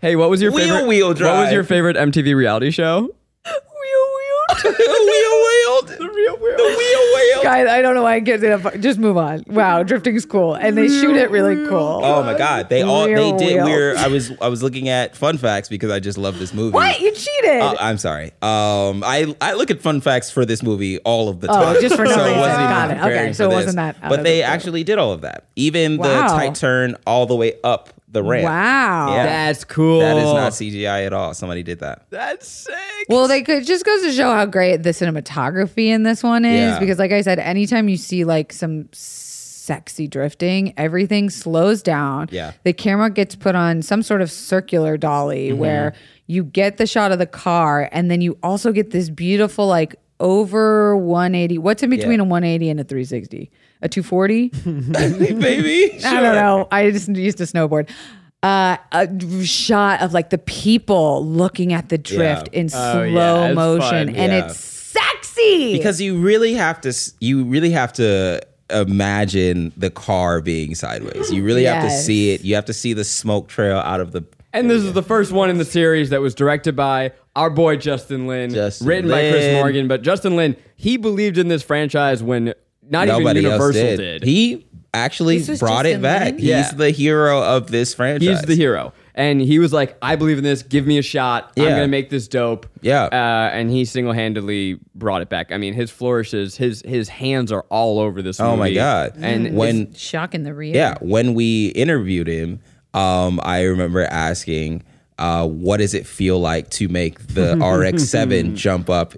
S2: Hey, what was your
S3: Wheel
S2: favorite?
S3: wheel
S2: What was
S3: drive.
S2: your favorite MTV reality show?
S4: Wheel wheeled.
S3: the wheel wheeled.
S2: Rear wheel.
S3: The wheel wheeled.
S4: Guys, I don't know why I get it. Just move on. Wow, drifting's cool, and they shoot it really cool.
S3: Oh my god. They all
S4: Rear
S3: they did
S4: wheel.
S3: we're I was I was looking at fun facts because I just love this movie.
S4: what? You cheated.
S3: Uh, I'm sorry. Um, I, I look at fun facts for this movie all of the time.
S4: Oh, just for no
S3: (laughs) so it
S4: reason.
S3: wasn't even
S4: Got it.
S3: preparing
S4: Okay, so
S3: for
S4: it wasn't
S3: this.
S4: that out of
S3: But
S4: the
S3: they
S4: blue.
S3: actually did all of that. Even
S4: Wow.
S3: the tight turn all the way up the ramp.
S4: Wow.
S3: Yeah.
S2: That's cool.
S3: That is not CGI at all. Somebody did that. (laughs)
S2: That's sick.
S4: Well, they could it just goes to show how great the cinematography in this one is
S3: Yeah.
S4: because, like I said, anytime you see like some sexy drifting, everything slows down.
S3: Yeah.
S4: the camera gets put on some sort of circular dolly
S3: Mm-hmm.
S4: where you get the shot of the car, and then you also get this beautiful like over 180. What's in between
S3: Yeah.
S4: a 180 and a 360? A 240?
S3: Baby.
S4: I don't know. I just used to snowboard. Uh, a shot of like the people looking at the drift in slow
S2: Oh, yeah, it's
S4: motion,
S2: fun.
S4: and
S3: Yeah.
S4: it's sexy
S3: because you really have to s- you really have to imagine the car being sideways you really have to
S4: Yes.
S3: see it you have to see the smoke trail out of the
S2: And this is the first one in the series that was directed by our boy Justin Lin,
S3: Justin
S2: written by Chris
S3: Lin.
S2: Morgan. But Justin Lin, he believed in this franchise when not
S3: nobody
S2: even
S3: else
S2: Universal
S3: did.
S2: did.
S3: he actually
S4: This was
S3: brought
S4: just
S3: it
S4: in
S3: back
S4: Lin?
S3: he's
S2: Yeah.
S3: the hero of this franchise
S2: He's the hero. And he was like, I believe in this. Give me a shot. I'm
S3: Yeah.
S2: going to make this dope.
S3: Yeah.
S2: Uh, and he single handedly brought it back. I mean, his flourishes, his his hands are all over this
S3: oh my
S2: movie. Mm-hmm.
S3: god
S2: And
S3: when
S4: shocking the rear.
S3: yeah when we interviewed him um i remember asking uh what does it feel like to make
S2: (laughs)
S3: the rx7 jump up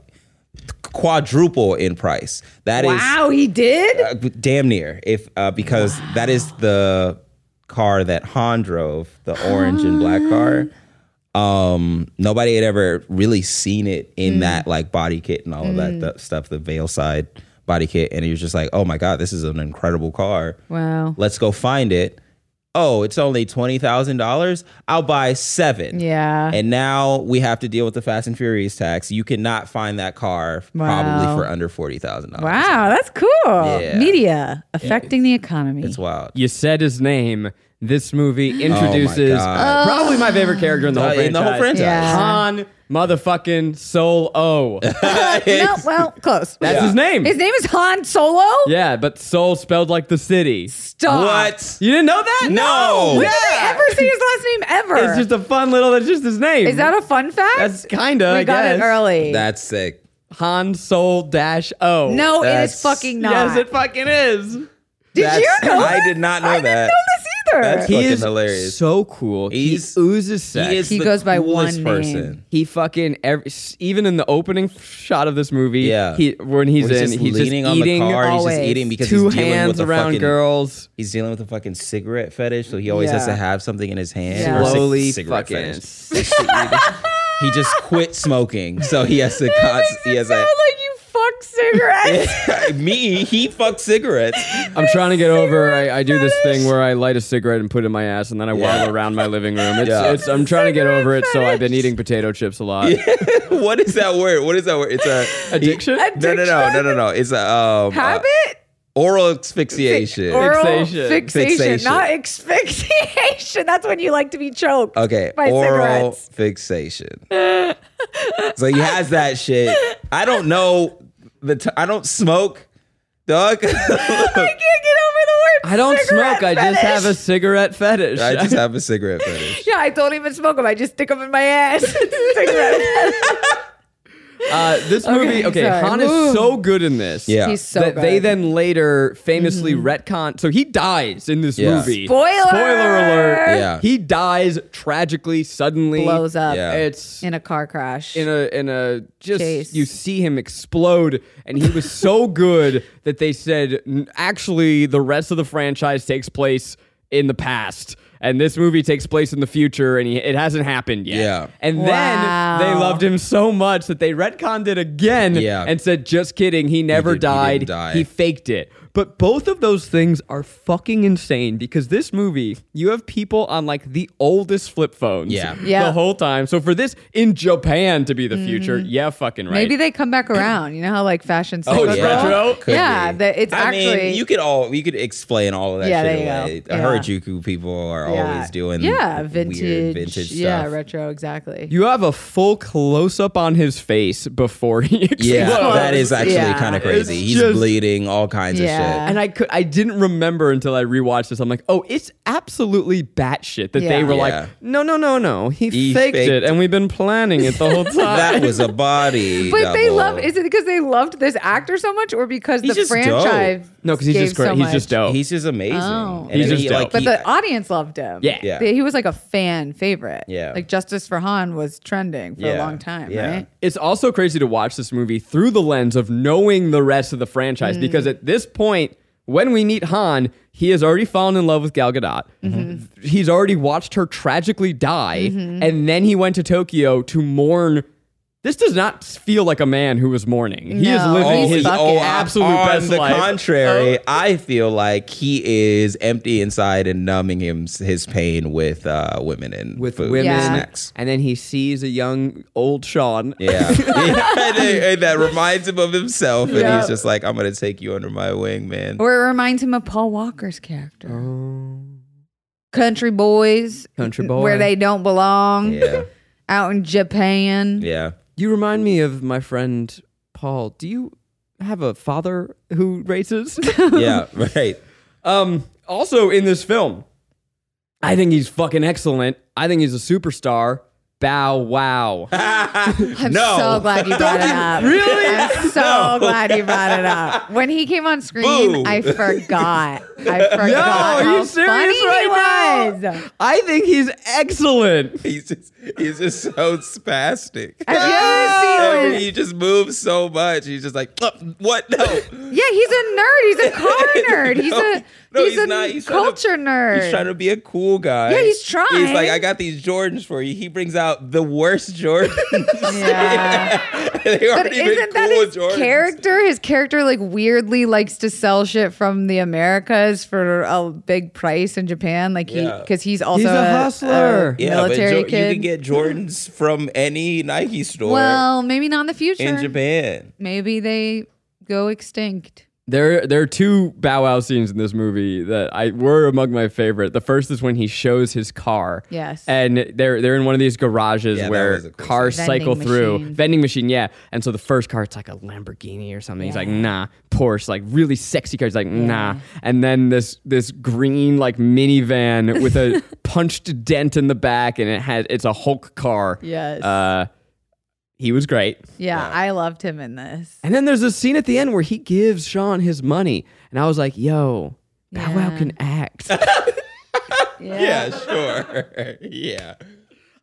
S3: quadruple in price That is.
S4: Wow, he did.
S3: Uh, b- damn near if uh, because that is the car that Han drove, the orange and black car. Um, nobody had ever really seen it in
S4: Hmm.
S3: that like body kit and all of that th- stuff, the veil side body kit, and he was just like, "Oh my god, this is an incredible car!
S4: Wow.
S3: Let's go find it." Oh, it's only twenty thousand dollars. I'll buy seven.
S4: Yeah.
S3: And now we have to deal with the Fast and Furious tax. You cannot find that car
S4: Wow.
S3: probably for under forty thousand dollars.
S4: Wow, that's cool.
S3: Yeah.
S4: Media affecting the economy.
S3: it's wild.
S2: you said his name, this movie introduces
S3: Oh God.
S2: probably my favorite character in the whole
S3: Uh,
S2: franchise.
S3: in the whole franchise.
S4: Oh. Yeah.
S2: Han motherfucking Solo.
S4: (laughs) no, well, close.
S2: That's his name.
S4: His name is Han Solo.
S2: yeah, but Soul spelled like the city.
S4: Stop.
S3: What?
S2: You didn't know that?
S3: No.
S4: When
S3: Yeah.
S4: did they ever say his last name ever?
S2: It's just a fun little, that's just his name.
S4: is that a fun fact?
S2: That's kinda,
S4: We
S2: I
S4: got it
S2: guess.
S4: early.
S3: That's sick.
S2: Han Sol dash O.
S4: no, it is
S3: That's-
S4: fucking not.
S2: Yes, it fucking is.
S4: Did
S3: That's-
S4: you know?
S3: I
S4: this?
S3: did not know
S4: I didn't
S3: that.
S4: know this either.
S3: That's-
S2: He
S3: Fucking
S2: is
S3: hilarious.
S2: so cool.
S3: He's-
S2: he oozes sex.
S3: He is
S4: He
S3: the
S4: goes by
S3: coolest
S4: one name.
S3: person.
S2: He fucking every, even in the opening shot of this movie,
S3: Yeah.
S2: he when he's
S3: Where he's
S2: in,
S3: just
S2: he's
S3: leaning
S2: just
S3: on
S2: eating
S3: the car. He's just
S4: always.
S3: eating because
S2: two
S3: he's dealing
S2: hands
S3: with a
S2: around
S3: fucking,
S2: girls,
S3: He's dealing with a fucking cigarette fetish, so he always has
S4: Yeah.
S3: to have something in his hand.
S4: Yeah.
S3: or a cig-
S2: slowly
S3: cigarette
S2: fucking.
S3: fetish. He just quit smoking, so he
S4: (laughs)
S3: has to. Const- he has
S4: sound like you fuck
S3: (laughs)
S4: cigarettes. (laughs)
S3: a. Me, he fucks cigarettes.
S2: I'm trying to
S3: (laughs)
S2: get over. I, I do this thing where I light a cigarette and put it in my ass, and then I waddle around my living room. It's,
S3: Yeah.
S2: it's I'm trying to get over it, so I've been eating potato chips a
S3: (laughs)
S2: lot.
S3: what is that word? What is that word? It's a
S2: Addiction?
S3: No, no, no, no, no, no. It's a um, uh,
S4: Habit?
S3: oral asphyxiation.
S4: Oral
S2: Fixation.
S4: fixation.
S3: Fixation.
S4: Not asphyxiation. (laughs) That's when you like to be choked.
S3: Okay,
S4: By
S3: oral
S4: cigarettes.
S3: fixation. (laughs) so he has that shit. I don't know the. T- I don't smoke, dog. (laughs)
S4: I can't get over the word.
S2: I don't
S4: cigarette
S2: smoke. I just
S4: fetish.
S2: have a cigarette fetish.
S3: I just have a cigarette fetish.
S4: (laughs) Yeah, I don't even smoke them. I just stick them in my ass. (laughs) Cigarette.
S2: (laughs) Uh, this movie, okay,
S4: sorry.
S2: Han is
S4: Move.
S2: so good in this.
S3: Yeah.
S4: He's so
S2: that
S4: good. Mm-hmm.
S2: they then later famously retcon. So he dies in this
S3: Yeah.
S2: movie.
S4: Spoiler!
S2: Spoiler alert!
S3: Yeah.
S2: he dies tragically, suddenly.
S4: blows up
S3: Yeah.
S2: It's
S4: in a car crash.
S2: in a in a just
S4: Chase.
S2: you see him explode, and he was so
S4: (laughs)
S2: good that they said "N- actually the rest of the franchise takes place in the past. And this movie takes place in the future, and he, it hasn't happened yet.
S3: Yeah.
S2: And
S4: Wow.
S2: then they loved him so much that they retconned it again
S3: Yeah.
S2: and said, "Just kidding, he never
S3: did- he
S2: died.
S3: didn't die."
S2: He faked it. But both of those things are fucking insane because this movie, you have people on like the oldest flip phones
S3: Yeah.
S4: Yeah.
S2: the whole time. So for this in Japan to be the future, yeah, fucking right.
S4: Mm-hmm. Maybe they
S3: (clears throat)
S4: come back around. You know how like fashion cycles
S2: Oh, yeah.
S4: roll?
S2: retro?
S3: Could
S4: yeah,
S3: be.
S4: that it's
S3: I
S4: actually
S3: mean, you could all you could explain all of that
S4: Yeah,
S3: shit
S4: there you
S3: away.
S4: go.
S3: I
S4: Yeah.
S3: heard Juku people are
S4: yeah.
S3: always doing
S4: yeah
S3: weird
S4: vintage,
S3: vintage
S4: yeah
S3: stuff.
S4: retro exactly.
S2: you have a full close up on his face before he (laughs) explodes.
S3: Yeah, that is actually
S4: Yeah.
S3: kind of crazy.
S2: It's
S3: He's
S2: just-
S3: bleeding, all kinds
S4: Yeah.
S3: of shit.
S2: And I could I didn't remember until I rewatched this. I'm like, oh, it's absolutely batshit that they
S4: Yeah.
S2: were
S3: Yeah.
S2: like, no, no, no, no. He,
S3: He
S2: faked,
S3: faked
S2: it,
S3: it.
S2: and we've been planning it the whole time.
S3: (laughs) That was a body.
S4: (laughs) but they
S3: double.
S4: love. Is it because they loved this actor so much, or because
S3: He's
S4: the
S3: just dope.
S4: franchise
S2: No, because he's
S4: gave
S2: just great.
S4: so
S2: he's just
S4: much.
S2: dope.
S3: He's just amazing.
S4: Oh.
S3: And
S2: He's
S3: then
S2: just
S3: he,
S2: dope.
S3: like,
S4: But
S3: he-
S4: the audience loved him.
S2: Yeah.
S3: Yeah.
S4: He was like a fan favorite.
S3: Yeah.
S4: Like Justice for Han was trending for a
S3: Yeah.
S4: long time,
S3: Yeah.
S4: right?
S2: it's also crazy to watch this movie through the lens of knowing the rest of the franchise
S3: Mm.
S2: because at this point when we meet Han, he has already fallen in love with Gal Gadot.
S3: Mm-hmm.
S2: He's already watched her tragically die, and then he went to Tokyo to mourn. This does not feel like a man who was mourning. He is
S4: No.
S2: living
S4: He's
S2: his
S4: fucking Oh.
S2: oh,
S4: up.
S2: absolute
S3: on
S2: best
S3: the
S2: life.
S3: contrary, I feel like he is empty inside and numbing him, his pain with uh, women and
S2: with
S3: food
S2: women,
S3: and
S4: Yeah.
S3: snacks.
S2: and then he sees a young old Sean.
S3: Yeah, (laughs) and, and that reminds him of himself, and
S4: Yeah.
S3: he's just like, "I'm gonna take you under my wing, man."
S4: Or (laughs) it reminds him of Paul Walker's character. Country boys.
S2: Oh. Country
S4: Where
S2: boy.
S4: they don't belong.
S3: Yeah,
S4: Out in Japan.
S3: yeah.
S2: You remind me of my friend Paul. Do you have a father who
S3: (laughs)
S2: races?
S3: yeah, right.
S2: Um, also in this film, I think he's fucking excellent. I think he's a superstar. Bow wow.
S4: I'm
S3: No.
S4: so glad you brought it up. Really? I'm so glad you brought it up. When he came on screen,
S3: Boo.
S4: I forgot.
S3: (laughs)
S4: I forgot.
S2: are you
S4: how
S2: serious
S4: funny
S2: right
S4: he was.
S2: I think he's excellent.
S3: He's just he's just so spastic.
S4: Have you ever seen
S3: he just moves so much. He's just like, "Uh, what? No.
S4: Yeah, he's a nerd. He's a car
S3: (laughs)
S4: nerd. He's a
S3: No,
S4: he's,
S3: he's
S4: a
S3: not. He's trying to-
S4: culture nerd.
S3: He's trying (laughs) to be a cool guy.
S4: Yeah, he's
S3: He's
S4: trying.
S3: like, I got these Jordans for you. He brings out the worst (laughs) Jordans.
S4: yeah.
S3: they
S4: But
S3: aren't even cool
S4: isn't that his
S3: Jordans.
S4: character? His character like weirdly likes to sell shit from the Americas for a big price in Japan. Like he
S3: Yeah.
S4: because he's also
S2: He's a hustler.
S4: a
S3: Yeah,
S4: military
S3: but Jo-
S4: kid.
S3: you can get
S4: (laughs)
S3: Jordans from any Nike store
S4: well, maybe not in the future.
S3: in
S4: (laughs)
S3: Japan.
S4: Maybe they go extinct.
S2: There, there are two bow wow scenes in this movie that I were among my favorite. The first is when he shows his car.
S4: Yes.
S2: And they're they're in one of these garages
S3: Yeah, that
S2: where
S3: was a cool
S2: cars
S4: scene.
S2: cycle
S4: Vending
S2: through
S4: machine.
S2: vending machine. Yeah. And so the first car, it's like a Lamborghini or something. He's like, nah, Porsche, like really sexy car. He's like, nah. And then this this green like minivan with
S4: (laughs)
S2: a punched dent in the back, and it had it's a Hulk car.
S4: Yes.
S2: Uh, he was great.
S4: yeah, I loved him in this.
S2: And then there's a scene at the end where he gives Sean his money. And I was like, yo, Bow Wow
S4: Yeah.
S2: can act. (laughs)
S3: Yeah, sure. (laughs) yeah.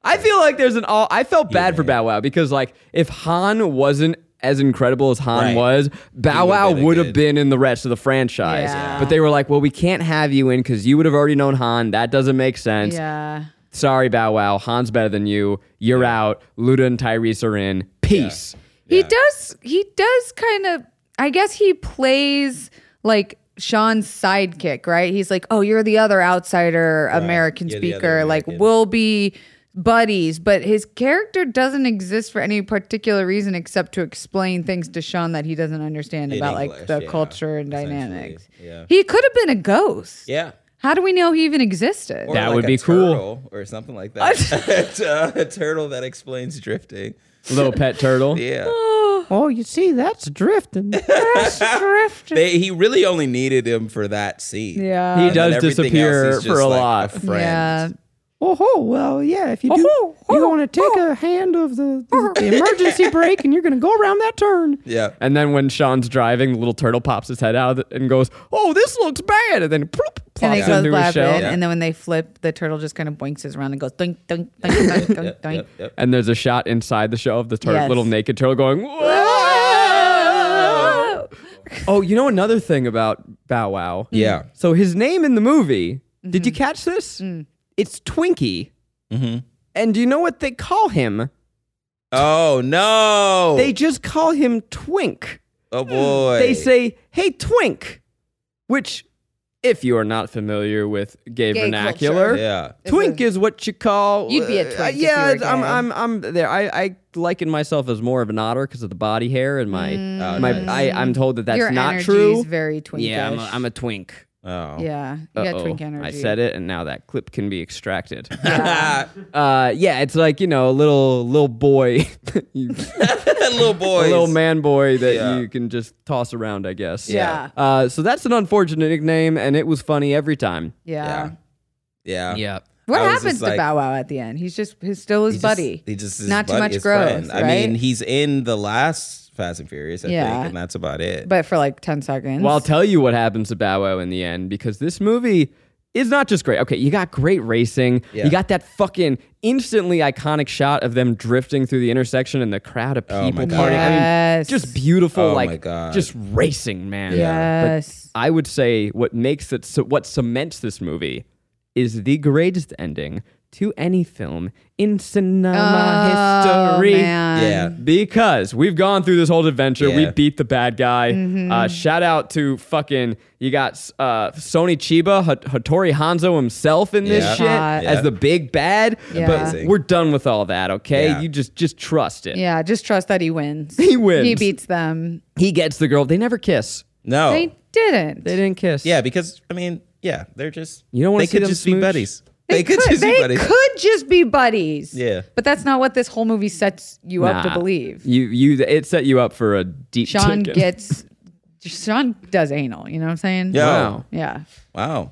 S2: I feel like there's an all. I felt bad for Bow Wow because like if Han wasn't as incredible as Han
S3: Right.
S2: was, Bow
S3: would've
S2: Wow
S3: been a
S2: would have
S3: good-
S2: been in the rest of the franchise.
S4: Yeah.
S2: But they were like, well, we can't have you in because you would have already known Han. That doesn't make sense.
S4: Yeah.
S2: Sorry, Bow Wow. Han's better than you. You're out. Luda and Tyrese are in. Peace.
S4: He does. He does kind of. I guess he plays like Sean's sidekick, right? He's like, "Oh, you're the other outsider American
S3: You're the
S4: speaker.
S3: other
S4: Like,
S3: American.
S4: we'll be buddies." But his character doesn't exist for any particular reason except to explain things to Sean that he doesn't understand
S3: In
S4: about like
S3: English,
S4: the
S3: yeah,
S4: culture and
S3: essentially,
S4: dynamics.
S3: yeah.
S4: He could have been a ghost.
S3: Yeah.
S4: How do we know he even existed?
S3: Or
S2: That
S3: like
S2: would
S3: a
S2: be cool.
S3: turtle Or something like
S4: (laughs)
S3: that. (laughs) Uh, a turtle that explains drifting.
S2: Little pet turtle.
S3: (laughs) Yeah.
S2: Oh, you see, that's drifting.
S3: They, he really only needed him for that scene.
S4: Yeah.
S2: He
S3: And then
S2: does
S3: everything
S2: disappear
S3: else, he's
S2: for
S3: just
S2: a
S3: like
S2: lot.
S3: A friend.
S4: yeah.
S7: Oh, ho, well, yeah. If you do,
S4: Oh, ho,
S7: you
S4: ho,
S7: want to take a hand of the, the, the
S2: (laughs)
S7: emergency brake, and you're going to go around that turn.
S3: Yeah.
S2: And then when Sean's driving, the little turtle pops his head out and goes, "Oh, this looks bad!" And then ploop, plops
S4: And they
S2: into
S4: close
S2: his
S4: blab it,
S2: shell.
S4: and then when they flip, the turtle just kind of boinks his around and goes doink doink doink
S2: (laughs)
S4: doink doink doink.
S3: Yep, yep.
S2: And there's a shot inside the shell of the tur-
S4: Yes.
S2: little naked turtle going. "Whoa!" oh, you know another thing about Bow Wow.
S3: Yeah.
S2: So his name in the movie. Did you
S7: Mm-hmm.
S2: catch this?
S7: Mm.
S2: It's Twinkie.
S3: Mm-hmm.
S2: And do you know what they call him?
S3: Oh no.
S2: They just call him Twink.
S3: oh boy.
S2: they say, "Hey, twink," which, if you are not familiar with gay,
S4: Gay
S2: vernacular,
S4: culture.
S3: Yeah.
S2: twink is what you call.
S4: You'd be a
S2: uh,
S4: twink if you
S2: yeah,
S4: were
S2: it's- I'm,
S4: gay.
S2: I'm, I'm there. I, I liken myself as more of an otter because of the body hair and my,
S3: Oh,
S2: my.
S3: nice.
S2: I, I'm told that that's
S4: Mm. Your
S2: not
S4: energy
S2: true.
S4: is very twinkish.
S2: yeah, I'm a, I'm a twink.
S3: Oh. (laughs)
S4: yeah, you got
S2: Uh-oh.
S4: twink energy.
S2: I said it, and now that clip can be extracted. (laughs)
S3: Ah,
S2: uh, yeah, it's like you know, a little little boy, (laughs) you-
S3: that little
S2: a
S3: boy.
S2: little man boy that
S3: Yeah.
S2: you can just toss around, I guess.
S4: Yeah,
S2: Uh, so that's an unfortunate nickname, and it was funny every time.
S4: yeah.
S3: Yeah. Yeah.
S4: What
S3: I was
S4: happens
S3: just
S4: to
S3: like-
S4: Bow Wow at the end? He's just he's still his
S3: He just-
S4: buddy.
S3: he just is
S4: not too
S3: buddy,
S4: much
S3: his
S4: growth.
S3: friend.
S4: Right?
S3: I mean, he's in the last Fast and Furious, I
S4: Yeah.
S3: think, and that's about it.
S4: but for like 10 seconds.
S2: Well, I'll tell you what happens to Bow Wow in the end because this movie is not just great. Okay, you got great racing.
S3: Yeah.
S2: You got that fucking instantly iconic shot of them drifting through the intersection and the crowd of
S3: Oh
S2: people
S3: my
S2: partying.
S3: God.
S2: I mean,
S4: Yes.
S2: just beautiful,
S3: Oh my
S2: like
S3: God.
S2: just racing, man. But
S4: yes.
S2: I would say what makes it so what cements this movie is the greatest ending to any film in cinema
S4: Oh,
S2: history.
S4: man.
S3: yeah,
S2: Because we've gone through this whole adventure, we
S3: Yeah.
S2: beat the bad guy.
S4: Mm-hmm.
S2: Uh, shout out to fucking you got uh, Sony Chiba, H- Hattori Hanzo himself in this
S3: Yeah.
S2: shit
S4: Hot.
S2: as the big bad.
S4: Yeah.
S2: But
S3: Amazing.
S2: we're done with all that, okay?
S3: Yeah.
S2: You just just trust it.
S4: Yeah, just trust that he wins.
S2: (laughs) He wins.
S4: He beats them.
S2: He gets the girl. They never kiss.
S3: no,
S4: They didn't.
S2: Oh. They didn't kiss.
S3: yeah, because I mean, yeah, they're just
S2: You don't wanna
S3: They
S2: see
S3: could
S2: them
S3: just
S2: smooch?
S3: be buddies. They, could, just
S4: they
S3: be buddies.
S4: could just be buddies.
S3: Yeah.
S4: But that's not what this whole movie sets you up to
S2: Nah.
S4: believe.
S2: You you it set you up for a deep
S4: Sean
S2: ticket.
S4: gets Sean does anal, you know what I'm saying?
S3: Yeah.
S2: Wow.
S4: Yeah.
S3: Wow.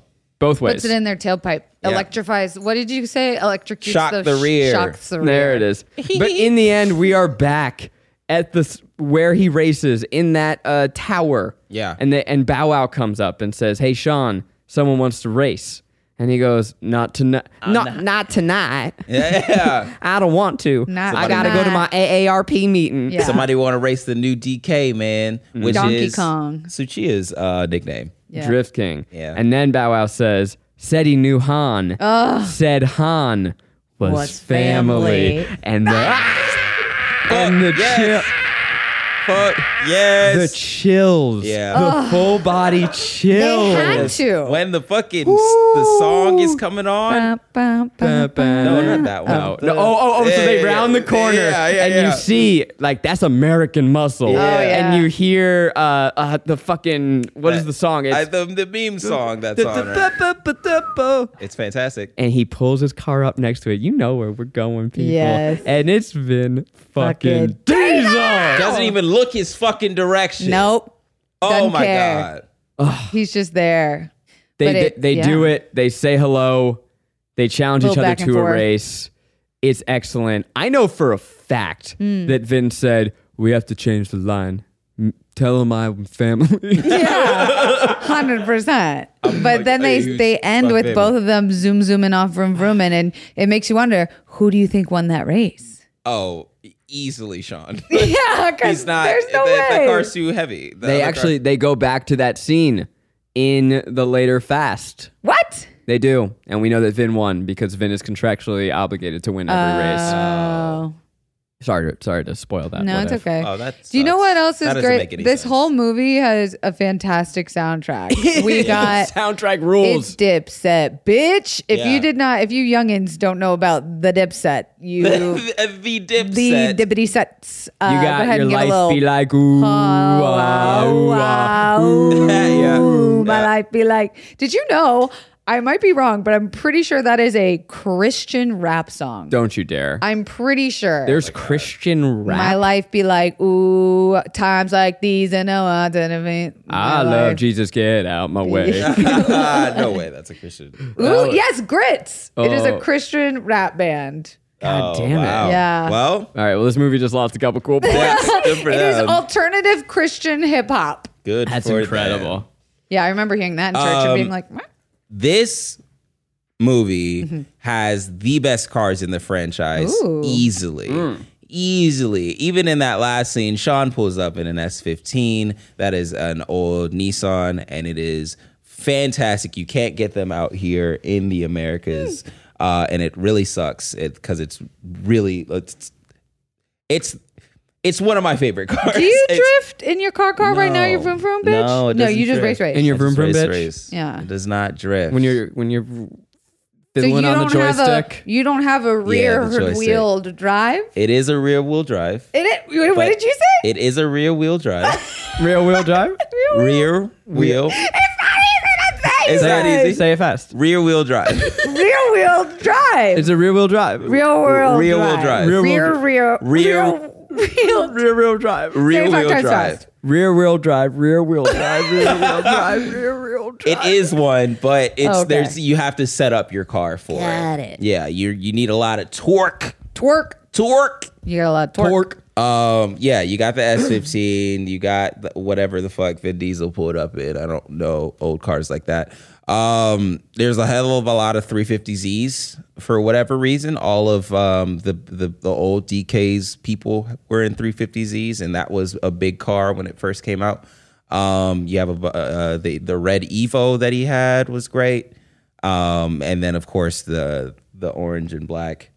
S2: Oh, Both ways.
S4: Puts it in their tailpipe. Electrifies. What did you say? Electrocutes
S3: Shock the rear.
S4: Shocks the rear.
S2: There it
S4: (laughs)
S2: is. But in the end, we are back at the s- where he races in that uh, tower.
S3: Yeah.
S2: And the, and Bow Wow comes up and says, "Hey, Sean, someone wants to race." And he goes, "Not tonight. Not not, tonight.
S3: Uh, Yeah.
S2: (laughs) I don't want to.
S4: Not
S2: I gotta go to my
S4: tonight."
S2: AARP meeting."
S4: Yeah.
S3: Somebody want to race the new DK man, which
S4: Donkey
S3: is
S4: Kong.
S3: Suchiya's uh, nickname.
S4: (laughs) Yeah.
S2: Drift King.
S3: Yeah.
S2: And then Bow Wow says, "Said he knew Han. Said Han was,
S4: Was
S2: family.
S4: family. Ah!
S2: And the and the chill.
S3: Fuck
S2: the
S3: Oh, yes.
S2: chills.
S3: Yeah.
S2: The full body
S4: They
S2: chills.
S4: had to.
S3: when the fucking the song is coming on.
S4: Bum, bum, bum.
S3: No, not that one.
S2: No, no, oh, oh, oh! so
S3: Yeah,
S2: they
S3: yeah,
S2: round
S3: yeah.
S2: the corner,
S3: Yeah, yeah,
S2: and you
S3: yeah.
S2: see, like, that's American muscle.
S3: Oh,
S4: yeah.
S2: And you hear uh, uh, the fucking what is the song?
S3: I,
S2: It's
S3: the, the meme song that's on her. It's fantastic.
S2: and he pulls his car up next to it. You know where we're going, people.
S4: Yes.
S2: And it's Vin fucking
S4: Fucking
S2: Diesel.
S3: Doesn't even look his fucking direction.
S4: Nope.
S3: Oh
S4: doesn't
S3: my
S4: care.
S3: god.
S4: He's just there.
S2: They
S4: But
S2: d-
S4: it-
S2: they do
S4: yeah.
S2: it. They say hello. They challenge each
S4: Little
S2: other
S4: back and
S2: to a
S4: forth.
S2: race. It's excellent. I know for a fact
S4: Hmm.
S2: that Vin said we have to change the line. M- Tell him I'm family.
S4: (laughs) Yeah, hundred
S3: (laughs)
S4: percent. But then they
S3: huge
S4: they end
S3: fuck
S4: with
S3: baby.
S4: both of them zoom zooming off vroom vrooming, and it makes you wonder who do you think won that race? (laughs)
S3: Oh, easily Sean.
S4: Yeah, because
S3: He's not.
S4: there's no
S3: the,
S4: way.
S3: the car's too heavy. The other
S2: they
S3: car-
S2: actually they go back to that scene in the later fast.
S4: what?
S2: They do, and we know that Vin won because Vin is contractually obligated to win every race.
S4: Oh
S2: Sorry, to- sorry to spoil that.
S4: no,
S2: What (laughs)
S4: it's
S2: if.
S4: okay.
S3: Oh, that
S4: do you know
S3: sucks.
S4: what else
S3: That
S4: is
S3: doesn't
S4: great?
S3: make any
S4: This
S3: sense.
S4: whole movie has a
S3: (laughs)
S4: fantastic soundtrack. We
S2: (laughs)
S4: got
S2: soundtrack
S4: It's
S2: rules.
S4: Dipset, bitch. If
S3: Yeah.
S4: you did not, if you youngins don't know about the Dipset,
S3: (laughs) (laughs)
S4: you
S3: the, the dip
S4: the
S3: set.
S4: dippity sets. Uh,
S2: you
S4: go
S2: got
S4: ahead
S2: your
S4: and get a
S2: life
S4: little, Oh,
S2: be like ooh, ah, ooh, ah, ooh. (laughs)
S3: Yeah. (laughs)
S4: (laughs) Ooh, my
S3: Yeah.
S4: life be like. Did you know? I might be wrong, but I'm pretty sure that is a Christian rap song.
S2: Don't you dare.
S4: I'm pretty sure.
S2: There's Christian rap.
S4: my life be like, ooh, times like these, and no I didn't mean.
S2: I love Jesus. Get out my way. (laughs)
S3: Ah, no way, that's a Christian.
S4: Ooh, yes, grits. It is a
S2: Oh.
S4: Christian rap band.
S2: God damn it.
S3: Oh, Wow.
S4: Yeah. (laughs)
S3: Well,
S2: All right. Well, this movie just lost a couple cool
S3: (laughs)
S2: points.
S3: that's good for
S4: It is
S2: Um,
S3: them.
S4: alternative Christian hip hop.
S3: good.
S2: That's
S3: for
S2: incredible.
S3: them.
S4: Yeah, I remember hearing that in church and
S2: Um,
S4: being like, "What?"
S3: This movie has the best cars in the franchise
S4: Mm-hmm. Ooh.
S3: easily.
S2: Mm.
S3: Easily, even in that last scene, Sean pulls up in an S15. That is an old Nissan, and it is fantastic. You can't get them out here in the Americas,
S4: Hmm.
S3: uh, and it really sucks because it's really it's it's it's one of my favorite cars.
S4: Do you
S3: It's-
S4: drift in your car car right now? You're from from bitch.
S3: No, it doesn't
S4: you just race
S3: drift.
S4: race.
S2: In your
S3: It's
S2: vroom vroom
S3: race,
S2: bitch.
S3: race.
S4: Yeah.
S3: It does not drift.
S2: When you're when you're
S4: So you
S2: fiddling on the
S4: don't have a (laughs)
S2: joystick.
S4: you don't have a rear
S3: the joystick.
S4: wheeled drive.
S3: it is a rear wheel drive.
S4: It, it what
S3: but
S4: did you say?
S3: It is a rear wheel drive.
S4: (laughs)
S2: Real wheel drive.
S3: rear wheel.
S4: it's not easy to say.
S3: It's
S2: Say
S3: not
S2: it-
S3: easy.
S2: Say it fast.
S3: Rear wheel drive.
S4: Rear wheel
S3: (laughs)
S4: drive.
S2: It's a rear wheel drive.
S4: real world.
S3: rear wheel drive.
S4: Rear
S3: Rear
S2: wheel
S4: rear
S2: dri-
S4: rear
S3: Rear-
S4: real real.
S2: rear wheel drive.
S3: Rear
S4: Say it five
S3: wheel
S4: times
S3: drive.
S4: fast.
S2: Rear wheel drive. Rear (laughs) wheel drive. Rear wheel drive. Rear wheel drive.
S3: It is one, but it's
S4: Oh, okay.
S3: there's you have to set up your car for
S4: Got
S3: it.
S4: it.
S3: Yeah, you you need a lot of torque.
S4: Twerk.
S3: Torque.
S4: You got a lot of twerk. (laughs)
S2: Torque.
S3: Um, yeah, you got the S15, you got the, whatever the fuck Vin Diesel pulled up in. I don't know old cars like that. Um, there's a hell of a lot of 350Zs for whatever reason. All of um, the, the the old DK's people were in 350Zs, and that was a big car when it first came out. Um, you have a bu- uh, the the red Evo that he had was great, um, and then of course the the orange and black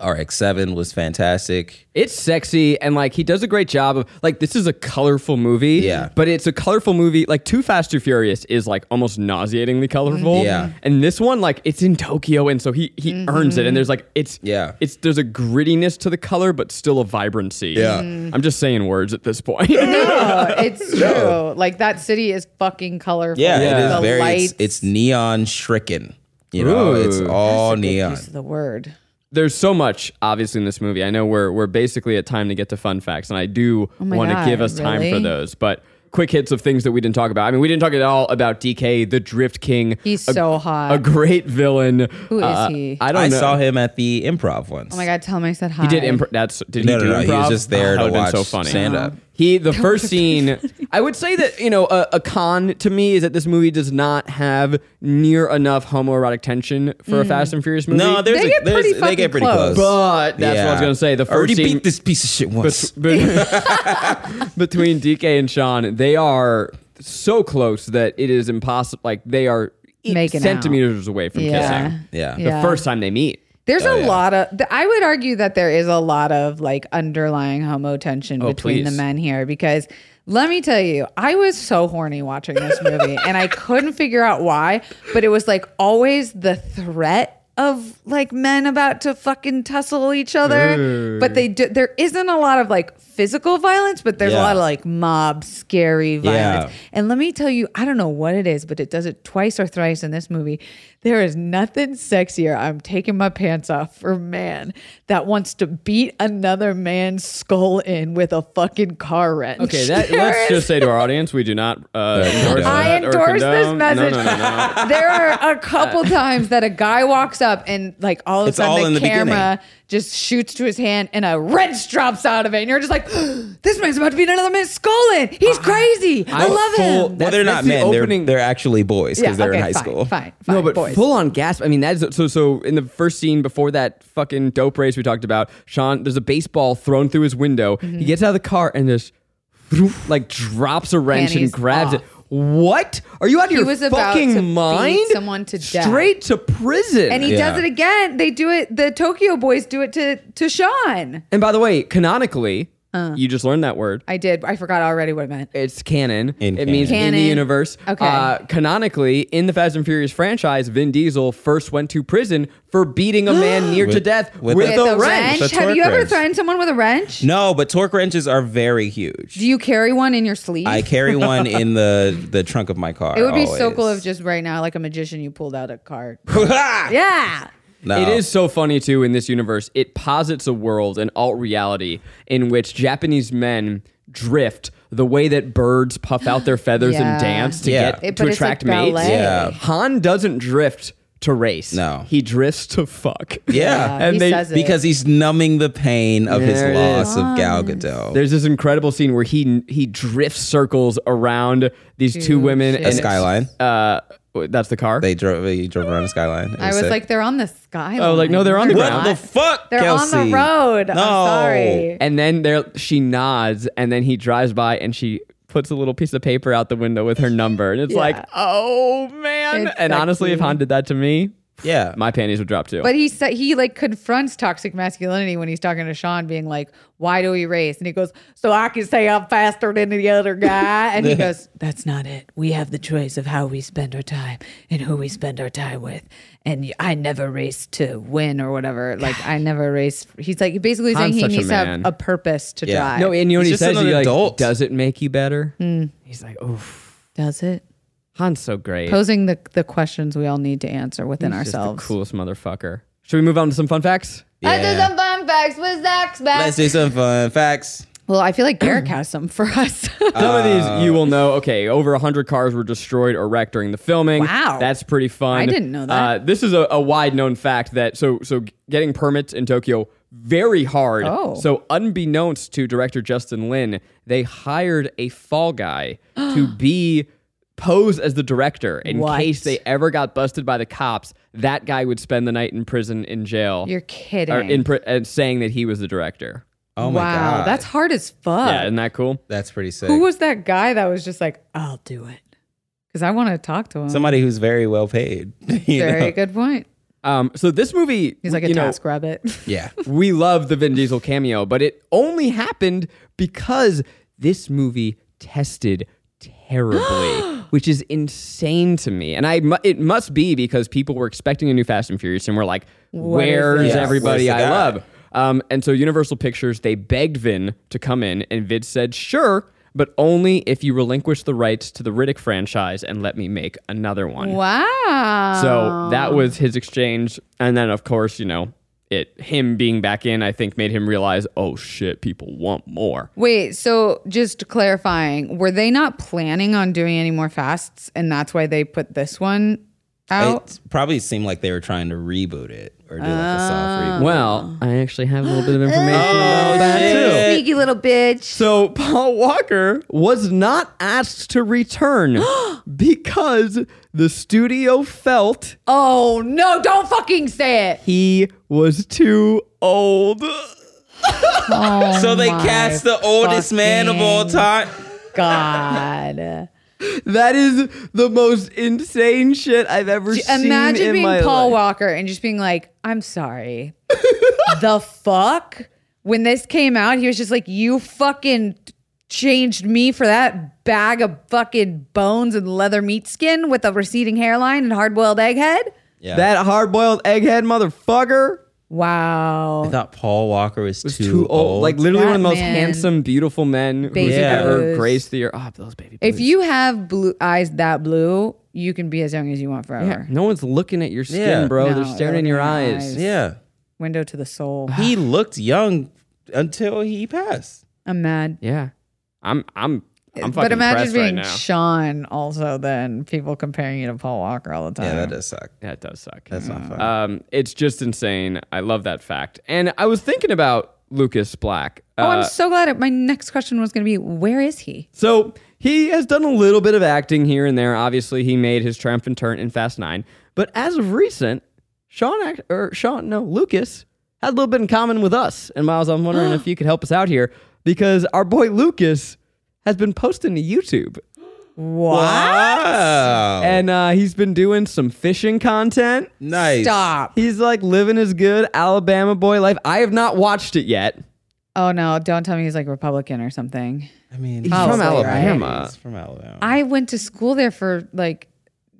S3: RX7 was fantastic.
S2: It's sexy and like he does a great job of like this is a colorful movie.
S3: Yeah.
S2: But it's a colorful movie. Like Too Fast Too Furious is like almost nauseatingly colorful.
S3: Yeah.
S2: And this one, like, it's in Tokyo and so he he earns it and there's like it's
S3: Yeah.
S2: It's there's a grittiness to the color, but still a vibrancy.
S3: Yeah. Mm.
S2: I'm just saying words at this point. (laughs)
S4: No, Oh,
S3: (laughs)
S4: it's true. Like that city is fucking colorful.
S3: Yeah,
S2: Yeah.
S3: it is
S4: the
S3: very.
S4: Lights,
S3: It's, it's neon stricken. You know, it's
S2: Ooh.
S3: all
S4: That's a good
S3: neon.
S4: Use of the word.
S2: there's so much obviously in this movie. I know we're we're basically at time to get to fun facts, and I do
S4: Oh my
S2: want to
S4: God,
S2: give us time for
S4: really?
S2: those. But quick hits of things that we didn't talk about. I mean, we didn't talk at all about DK, the Drift King.
S4: He's
S2: a-
S4: so hot. Oh
S2: a great villain.
S4: Who is
S2: Uh,
S4: he?
S2: I
S3: I,
S2: don't know.
S3: saw him at the improv once.
S4: Oh my god, tell him I said hi.
S2: He did improv. That's did
S3: No,
S2: he
S3: no,
S2: do
S3: no,
S2: improv?
S3: he was just there
S2: that
S3: to
S2: would've been
S3: watch
S2: so funny.
S3: stand-up. Wow.
S2: (laughs) He the first scene. I would say that you know a, a con to me is that this movie does not have near enough homoerotic tension for
S4: Mm-hmm.
S2: a Fast and Furious movie.
S3: no, there's
S4: They
S3: a-
S4: get
S3: there's-
S4: pretty
S3: they get
S4: fucking
S3: pretty
S4: close.
S3: close.
S2: But that's what I was gonna say. The
S3: I already
S2: first scene-
S3: beat this piece of shit
S2: (laughs)
S3: once.
S4: (laughs)
S2: Bet- between DK and Sean, they are so close that it is impossible. Like they are
S4: Making out.
S2: centimeters away from
S4: Yeah.
S2: kissing.
S3: Yeah.
S2: The first time they meet.
S4: There's a lot of. th- I would argue that there is a lot of like underlying homo tension between the
S2: please.
S4: men here because let me tell you, I was so horny watching this movie and I couldn't figure out why, but it was like always the threat of like men about to fucking tussle each other. But they do, there isn't a lot of like physical violence, but there's a
S3: Yeah.
S4: lot of like mob scary violence.
S3: Yeah.
S4: And let me tell you, I don't know what it is, but it does it twice or thrice in this movie. There is nothing sexier. I'm taking my pants off for a man that wants to beat another man's skull in with a fucking car wrench.
S2: Okay,
S4: (laughs)
S2: that,
S4: There
S2: let's
S4: is-
S2: just say to our audience, we do not uh, endorse
S4: I
S2: that or
S4: endorse this
S2: condone.
S4: message.
S2: No, no, no, no.
S4: there are
S2: (laughs)
S4: a couple times that a guy walks up and like all of a
S3: It's
S4: sudden
S3: all
S4: the,
S3: in the
S4: camera just shoots to his hand and a wrench drops out of it and you're just like, (gasps) this man's about to beat another man's skull in. He's crazy. I,
S2: I'm
S4: love
S2: Uh-huh. full-
S4: him.
S3: Well,
S2: That's-
S3: they're
S2: that's
S3: not
S2: the
S3: men.
S2: opening-
S3: They're they're actually boys because they're
S4: okay,
S3: in high
S4: fine,
S3: school.
S4: Fine, fine,
S2: No, but
S4: boys.
S2: full on gasp. I mean, that is so. So in the first scene before that fucking dope race we talked about, Sean, there's a baseball thrown through his window.
S4: Mm-hmm.
S2: He gets out of the car and just like drops a wrench and
S4: Panties
S2: grabs
S4: off.
S2: it. What? Are you out of your
S4: was about
S2: fucking
S4: to beat
S2: mind?
S4: someone to death.
S2: straight to prison.
S4: and he
S3: Yeah.
S4: does it again. They do it. The Tokyo boys do it to to Sean.
S2: And by the way, canonically,
S4: Uh.
S2: you just learned that word.
S4: I did. I forgot already what it meant.
S2: It's canon.
S3: In
S2: it means
S4: canon.
S2: in the universe.
S4: Okay.
S2: Uh, canonically, in the Fast and Furious franchise, Vin Diesel first went to prison for beating a
S4: (gasps)
S2: man near to
S3: With-
S2: death with,
S3: with
S2: a,
S3: a-
S4: With a
S2: wrench.
S3: wrench. A
S4: Have you
S3: torque
S4: ever
S3: wrench.
S4: threatened someone with a wrench?
S3: No, but torque wrenches are very huge.
S4: Do you carry one in your sleeve?
S3: I
S4: (laughs)
S3: carry one in the the trunk of my car.
S4: it would be so
S3: always.
S4: cool
S3: (laughs)
S4: if just right now, like a magician, you pulled out a card.
S3: yeah.
S4: yeah.
S3: No.
S4: Oh.
S2: It is so funny too in this universe. It posits a world, an alt reality, in which Japanese men drift the way that birds puff out
S4: (gasps)
S2: their feathers
S4: Yeah.
S2: and dance to
S3: Yeah.
S2: get
S4: It-
S2: to
S4: but it's like
S2: attract mates.
S4: ballet.
S3: Yeah.
S2: Han doesn't drift to race.
S3: No.
S2: he drifts to fuck. (laughs)
S3: Yeah.
S4: he
S2: And they-
S4: says it.
S3: Because he's numbing the pain of his
S2: There it
S3: loss
S2: is.
S3: of Gal Gadot.
S2: There's this incredible scene where he he drifts circles around these two women.
S4: shit.
S3: a
S2: and-
S3: skyline.
S2: Uh, that's the car.
S3: They drove. They drove around a skyline. It
S4: I was
S3: sick.
S4: like, they're on the sky.
S2: Oh, like, no, they're on the
S3: What
S2: ground.
S3: the fuck?
S4: They're on
S3: Kelsey?
S4: the road. I'm
S3: No.
S4: sorry.
S2: and then there she nods, and then he drives by, and she puts a little piece of paper out the window with her number, and it's like, oh man.
S4: It's
S2: and honestly, if
S4: sexy.
S2: Han did that to me,
S3: Yeah.
S2: my panties would drop too.
S4: But he said he like confronts toxic masculinity when he's talking to Sean, being like, "Why do we race?" And he goes, "So I can say I'm faster than the other guy." And he goes, "That's not it. We have the choice of how we spend our time and who we spend our time with. And y- I never race to win or whatever. Like I never race." He's like basically saying
S2: Han's
S4: he
S2: such a
S4: needs to
S2: man.
S4: have a purpose to
S3: Yeah.
S4: drive.
S2: no, and you know what
S3: He's
S2: he
S3: just
S2: says?
S3: an
S2: He like,
S3: adult.
S2: does it make you better?
S4: Hmm.
S2: He's like, oh,
S4: does it?
S2: Han's so great.
S4: Posing the the questions we all need to answer within
S2: He's just
S4: ourselves.
S2: the coolest motherfucker. Should we move on to some fun facts?
S3: Yeah.
S4: fun facts with Zach's
S3: Let's do some fun facts.
S4: Well, I feel like Garrick has some for us. (laughs)
S2: Some of these you will know. Okay, over 100 cars were destroyed or wrecked during the filming.
S4: Wow.
S2: That's pretty fun.
S4: I didn't know that.
S2: Uh, this is a, a wide known fact that so so getting permits in Tokyo very hard.
S4: Oh.
S2: So, unbeknownst to director Justin Lin, they hired a fall
S4: (gasps)
S2: guy to be pose as the director in
S4: What?
S2: case they ever got busted by the cops. That guy would spend the night in prison, in jail.
S4: You're kidding.
S2: Or in pri- and saying that he was the director.
S3: Oh my
S4: wow,
S3: god,
S4: that's hard as fuck.
S2: yeah, isn't that cool?
S3: that's pretty sick.
S4: Who was that guy that was just like, I'll do it? Because I want to talk to him.
S3: Somebody (laughs) who's very well paid. (laughs) you
S4: Very
S3: know?
S4: good point.
S2: Um, so this movie,
S4: He's like a
S2: you know,
S4: task rabbit.
S3: Yeah.
S2: we love the Vin Diesel cameo, but it only happened because this movie tested
S4: (gasps)
S2: terribly, which is insane to me. And I mu- it must be because people were expecting a new Fast and Furious and were like,
S4: What is
S2: "Where's
S4: this?"
S2: everybody
S3: Where's the
S2: I
S3: guy?
S2: love?" Um, and so Universal Pictures they begged Vin to come in, and Vin said, "Sure." But only if you relinquish the rights to the Riddick franchise and let me make another one.
S4: (laughs) wow.
S2: So that
S4: Um.
S2: was his exchange. And then, of course, you know, it him being back in, I think, made him realize, oh shit, people want more.
S4: Wait, so just clarifying, were they not planning on doing any more fasts and that's why they put this one out?
S3: It probably seemed like they were trying to reboot it or do like a
S4: Oh
S3: soft reboot.
S2: Well, I actually have a little bit of information about that too.
S4: Sneaky little bitch.
S2: So Paul Walker was not asked to
S4: (gasps)
S2: return because the studio felt
S4: Oh no, don't fucking say it.
S2: he was too old.
S4: Oh
S3: so they
S4: my
S3: cast the oldest man of all
S4: fucking
S3: time.
S4: God.
S2: That is the most insane shit I've ever seen.
S4: Imagine
S2: in
S4: being
S2: my
S4: Paul
S2: life.
S4: Walker and just being like, I'm sorry. (laughs) the fuck? When this came out, he was just like, You fucking changed me for that bag of fucking bones and leather meat skin with a receding hairline and hard boiled egg head?
S3: Yeah.
S2: That hard boiled egghead motherfucker
S3: I
S4: Wow.
S3: thought Paul Walker was,
S2: was too, old. Like literally
S4: That
S2: one of the most
S4: man.
S2: handsome, beautiful men
S4: Baby
S2: who's ever
S4: blues.
S2: graced the earth. Oh, those baby
S4: If
S2: blues.
S4: you have blue eyes that blue, you can be as young as you want forever.
S2: no one's looking at your skin,
S3: Yeah.
S2: bro.
S4: No,
S2: They're staring in
S4: they're
S2: your
S4: looking in
S2: eyes.
S4: your eyes.
S3: yeah.
S4: Window to
S2: (sighs)
S4: the soul.
S3: He looked young until he passed.
S4: I'm mad.
S2: Yeah, I'm, I'm, I'm fucking
S4: Uh, but imagine
S2: impressed right
S4: being
S2: now.
S4: Sean also, then people comparing you to Paul Walker all the time.
S3: Yeah, that does suck.
S2: that does suck.
S3: That's not fun.
S2: um, it's just insane. I love that fact. And I was thinking about Lucas Black.
S4: Oh,
S2: Uh,
S4: I'm so glad. It, my next question was going to be, where is he?
S2: So he has done a little bit of acting here and there. Obviously, he made his triumphant turn in Fast Nine. But as of recent, Sean act- or Sean, no, Lucas had a little bit in common with us. And Miles, I'm wondering
S3: (gasps)
S2: if you could help us out here because our boy Lucas has been posting to YouTube
S3: Wow.
S2: and uh, he's been doing some fishing content.
S3: nice.
S4: Stop.
S2: He's like living his good Alabama boy life. I have not watched it yet.
S4: Oh no! Don't tell me he's like Republican or something.
S3: I mean,
S2: He's
S3: he's
S2: from
S4: Probably, right?
S2: Alabama.
S3: from Alabama.
S4: I went to school there for like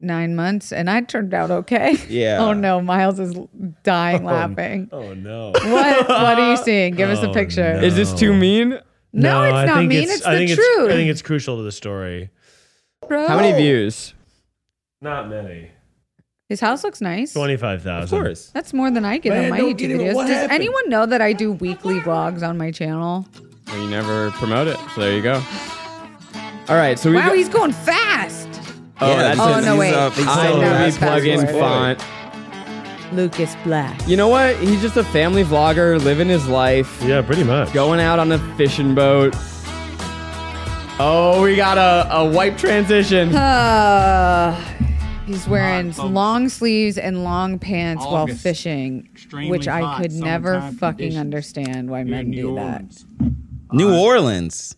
S4: nine months, and I turned out okay.
S3: Yeah.
S4: oh no, Miles is dying laughing.
S3: oh no.
S4: What? What are you seeing? Give us
S2: Oh,
S4: a picture.
S2: Is this
S3: Oh.
S2: too mean?
S4: No, it's
S8: I
S4: not
S8: think
S4: mean. It's,
S8: I
S4: the
S8: think
S4: truth.
S8: It's, I think it's crucial to the story.
S4: Bro.
S2: How many
S3: Oh.
S2: views?
S8: Not many.
S4: His house looks nice.
S8: Twenty-five
S3: Of
S8: thousand.
S3: course.
S4: That's more than I get on
S3: Man,
S4: my
S3: don't
S4: YouTube
S3: get him.
S4: videos.
S3: What
S4: Does
S3: happened?
S4: anyone know that I do weekly vlogs on my channel?
S2: Well, you never promote it. So there you go. All right, so we
S4: Wow,
S2: got-
S4: he's going fast.
S2: Oh, that's
S4: Oh,
S2: his-
S4: no, wait.
S3: he's
S4: I
S3: still
S4: know,
S3: alive.
S4: he's
S2: iMovie plugin
S4: password.
S2: font.
S4: Lucas Black.
S2: You know what? He's just a family vlogger living his life,
S8: Yeah, pretty much.
S2: going out on a fishing boat. Oh, we got a, a wipe
S4: (laughs)
S2: transition.
S4: Uh, he's wearing long sleeves and long pants while
S5: August.
S4: fishing,
S5: Extremely
S4: which I
S5: hot
S4: could never
S5: summertime
S4: fucking
S5: conditions
S4: understand why
S5: here in
S4: men
S5: New
S4: do that.
S5: Orleans.
S3: New Orleans.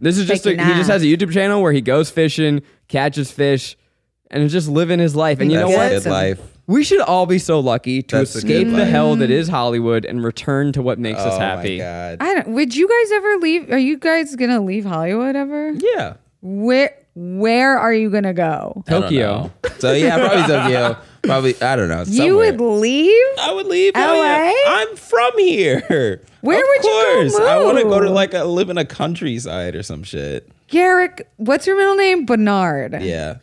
S2: This is just a, he
S4: Taking
S2: just
S4: that.
S2: has a YouTube channel where he goes fishing, catches fish, and is just living his life. And you
S3: That's
S2: know
S3: a
S2: what?
S3: good life.
S2: We should all be so lucky to
S3: That's a good
S2: escape the
S3: life.
S2: hell that is Hollywood and return to what makes us
S3: oh
S2: happy.
S3: my god.
S4: I don't. Would you guys ever leave? Are you guys gonna leave Hollywood ever?
S3: yeah.
S4: Where Where are you gonna go?
S3: I don't
S2: Tokyo.
S3: know. So yeah, probably Tokyo. Probably I don't know.
S4: You
S3: somewhere.
S4: would leave?
S3: I would leave. hell
S4: LA?
S3: yeah. I'm from here.
S4: Where
S3: of
S4: would you go
S3: course. I want to go to
S4: move?
S3: like a, live in a countryside or some shit.
S4: Garrick, what's your middle name? Bernard.
S3: Yeah.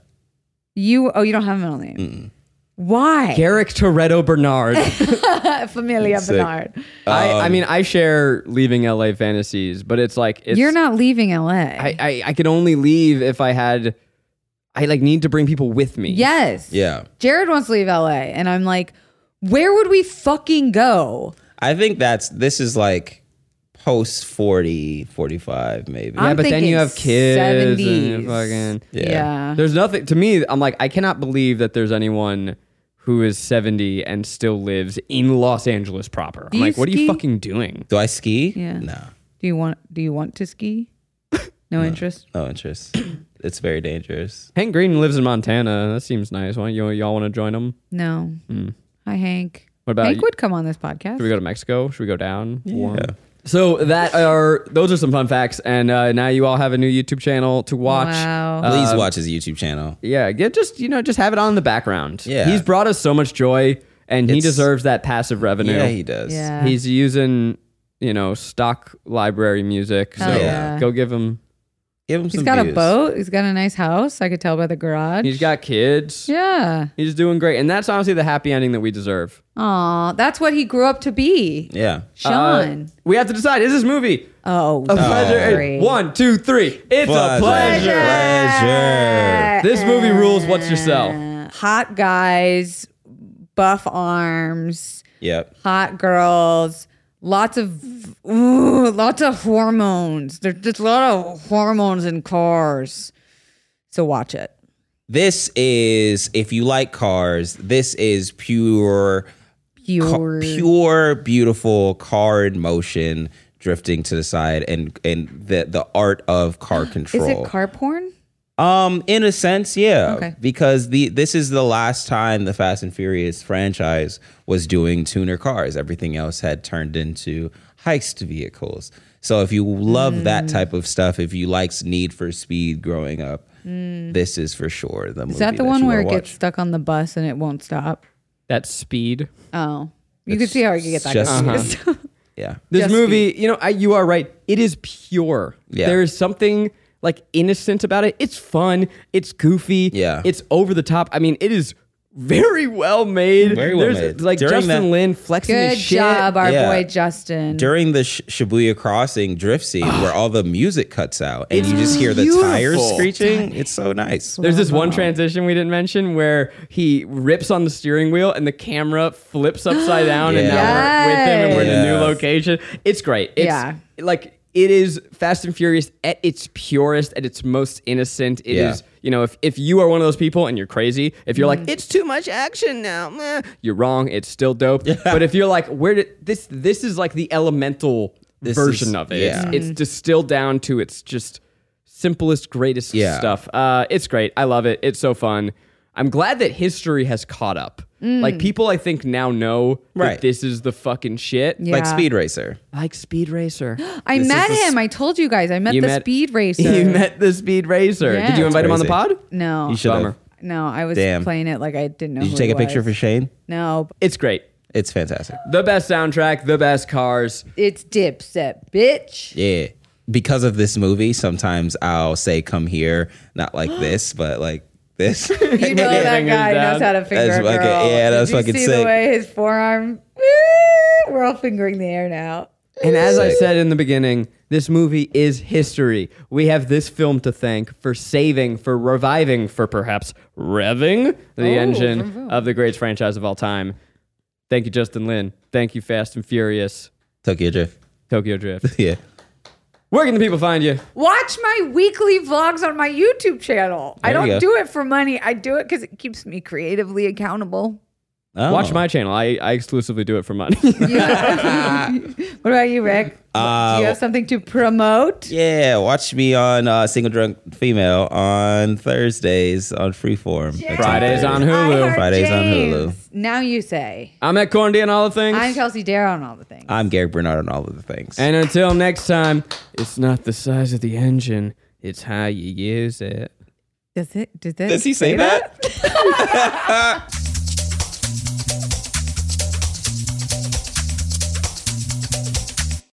S4: You. Oh, you don't have a middle name. Why?
S2: Garrick Toretto Bernard.
S4: Familia
S3: Sick.
S4: Bernard.
S2: I, I mean, I share leaving LA fantasies, but it's like it's,
S4: You're not leaving LA.
S2: I, I I can only leave if I had. I like need to bring people with me.
S4: yes.
S3: Yeah.
S4: Jared wants to leave LA, and I'm like, where would we fucking go?
S3: I think that's this is like post 40, 45 maybe.
S4: I'm
S2: yeah, but then
S4: thinking
S2: you have kids and you're
S4: 70s.
S2: fucking.
S3: Yeah.
S4: yeah.
S2: There's nothing to me. I'm like, I cannot believe that there's anyone who is 70 and still lives in Los Angeles proper.
S4: Do
S2: I'm
S4: you
S2: like, what are you
S4: ski?
S2: fucking doing?
S3: Do I ski?
S4: Yeah.
S3: No.
S4: Do you want do you want to
S2: (laughs)
S4: ski? No interest.
S3: No interest. it's very dangerous.
S2: Hank Green lives in Montana. That seems nice. Why don't you, y'all want to join him?
S4: No. Hi Hank.
S2: Mm. What about
S4: Hank
S2: you?
S4: would come on this podcast.
S2: Should we go to Mexico? Should we go down? Warm. So that are those are some fun facts, and uh, now you all have a new YouTube channel to watch. Uh,
S4: Wow.
S3: Please watch his YouTube channel.
S2: Yeah, get just you know just have it on in the background.
S3: Yeah.
S2: he's brought us so much joy, and he
S3: It's-
S2: deserves that passive revenue.
S3: Yeah, he does.
S4: Yeah.
S2: he's using you know stock library music. So
S4: Hell yeah.
S2: go give him.
S3: Give him
S4: He's
S3: some
S4: got a
S3: views.
S4: boat. He's got a nice house. I could tell by the garage.
S2: He's got kids.
S4: yeah.
S2: He's doing great, and that's honestly the happy ending that we deserve.
S4: Aw, that's what he grew up to be.
S3: Yeah.
S4: Sean.
S2: We have to decide: is this movie
S4: oh,
S2: Uh, a pleasure?
S4: sorry.
S2: One, two, three. It's a pleasure.
S3: Pleasure.
S2: This movie rules. What's yourself?
S4: Hot guys, buff arms,
S3: Yep.
S4: hot girls, lots of ooh, lots of hormones. There's just a lot of hormones in cars. So watch it.
S3: This is if you like cars, this is pure ca-
S4: Pure.
S3: pure beautiful car in motion drifting to the side and and the the art of car control.
S4: (gasps) Is it car porn?
S3: Um, in a sense, yeah.
S4: Okay.
S3: Because the this is the last time the Fast and Furious franchise was doing tuner cars. Everything else had turned into heist vehicles. So if you love that
S4: Mm.
S3: type of stuff, if you liked Need for Speed growing up, this is for sure the movie.
S4: Mm. Is that the one
S3: you
S4: where
S3: wanna
S4: it gets
S3: watch.
S4: stuck on the bus and it won't stop?
S2: That's speed.
S4: Oh. You can see how you could get that
S3: just-
S4: confused.
S3: Yeah.
S2: This
S4: Just
S2: movie, you know, I, you are right. It is pure.
S3: Yeah.
S2: There is something like innocent about it. It's fun. It's goofy.
S3: Yeah.
S2: It's over the top. I mean, it is very well made.
S3: Very well made.
S2: Like
S3: During
S2: Justin
S3: that-
S2: Lin flexing
S4: (laughs) Good
S2: his shit.
S4: job, our
S3: Yeah.
S4: boy Justin.
S3: During the Sh- Shibuya Crossing drift scene, where all the music cuts out and you just hear the tires
S2: beautiful.
S3: screeching, it's so nice.
S2: There's this one transition we didn't mention where he rips on the steering wheel and the camera flips
S3: (gasps)
S2: upside down, and now we're with him and we're in a new
S3: Yes.
S2: location. It's great. It's
S4: Yeah.
S2: like it is Fast and Furious at its purest, at its most innocent. It is,
S3: Yeah.
S2: you know, if if you are one of those people and you're crazy, if you're like it's too much action now, meh," you're wrong. It's still dope. But if you're like, where did this? This is like the elemental version
S3: is-
S2: of it.
S3: yeah.
S2: It's, it's distilled down to its just simplest, greatest
S3: Yeah.
S2: stuff. Uh, it's great. I love it. It's so fun. I'm glad that history has caught up.
S4: Mm.
S2: Like people, I think now know
S3: Right.
S2: that this is the fucking shit.
S3: Like
S4: Yeah.
S3: Speed Racer.
S2: Like Speed
S4: (gasps)
S2: Racer.
S4: I
S3: This
S4: met
S3: is a
S4: him. I told you guys. I met
S2: (laughs) You
S4: the
S2: met-
S3: (laughs)
S4: speed racer.
S2: you met the Speed Racer.
S4: Yeah.
S2: Did you invite him on the
S3: Crazy.
S2: pod?
S4: No,
S3: You should have.
S2: Bummer.
S4: no. I was
S3: Damn.
S4: playing it like I didn't know.
S3: Did you
S4: who
S3: take
S4: he
S3: a picture for
S4: was.
S3: Shane?
S4: No,
S2: It's great.
S3: It's fantastic.
S2: The best soundtrack, the best cars.
S4: it's Dipset, bitch.
S3: Yeah. Because of this movie, sometimes I'll say come here, not
S4: (gasps)
S3: like this, but like this.
S4: (laughs) You know that
S2: Fingers
S4: guy
S2: down.
S4: knows how to finger
S3: That's
S4: a girl.
S3: fucking- yeah,
S4: Did
S3: that's
S4: you
S3: fucking
S4: see
S3: sick.
S4: the way his forearm. We're all fingering the air now.
S2: And as I
S3: Sick.
S2: said in the beginning, this movie is history. We have this film to thank for saving, for reviving, for perhaps revving the
S3: Oh,
S2: engine of the greatest franchise of all time. Thank you, Justin Lin. Thank you, Fast and Furious,
S3: Tokyo Drift. (laughs)
S2: Tokyo Drift.
S3: Yeah.
S2: Where can the people find you?
S4: Watch my weekly vlogs on my YouTube channel. I
S3: There you
S4: don't
S3: go.
S4: do it for money. I do it because it keeps me creatively accountable.
S3: Oh.
S2: Watch my channel. I, I exclusively do it for money. (laughs)
S4: Yeah. what about you, Rick?
S3: Uh,
S4: do you have something to promote?
S3: Yeah, watch me on uh, Single Drunk Female on Thursdays on Freeform. at
S2: Fridays
S3: 10:30.
S2: on
S4: I
S2: Hulu.
S4: heard
S3: Fridays on
S4: James.
S3: Hulu.
S4: Now you say.
S2: I'm at Corn D and all the things.
S4: I'm Kelsey Dare on all the things.
S3: I'm Gary Bernard on all of the things.
S2: and until next time, it's not the size of the engine, it's how you use it.
S4: Does it? Did that?
S3: Does he say that?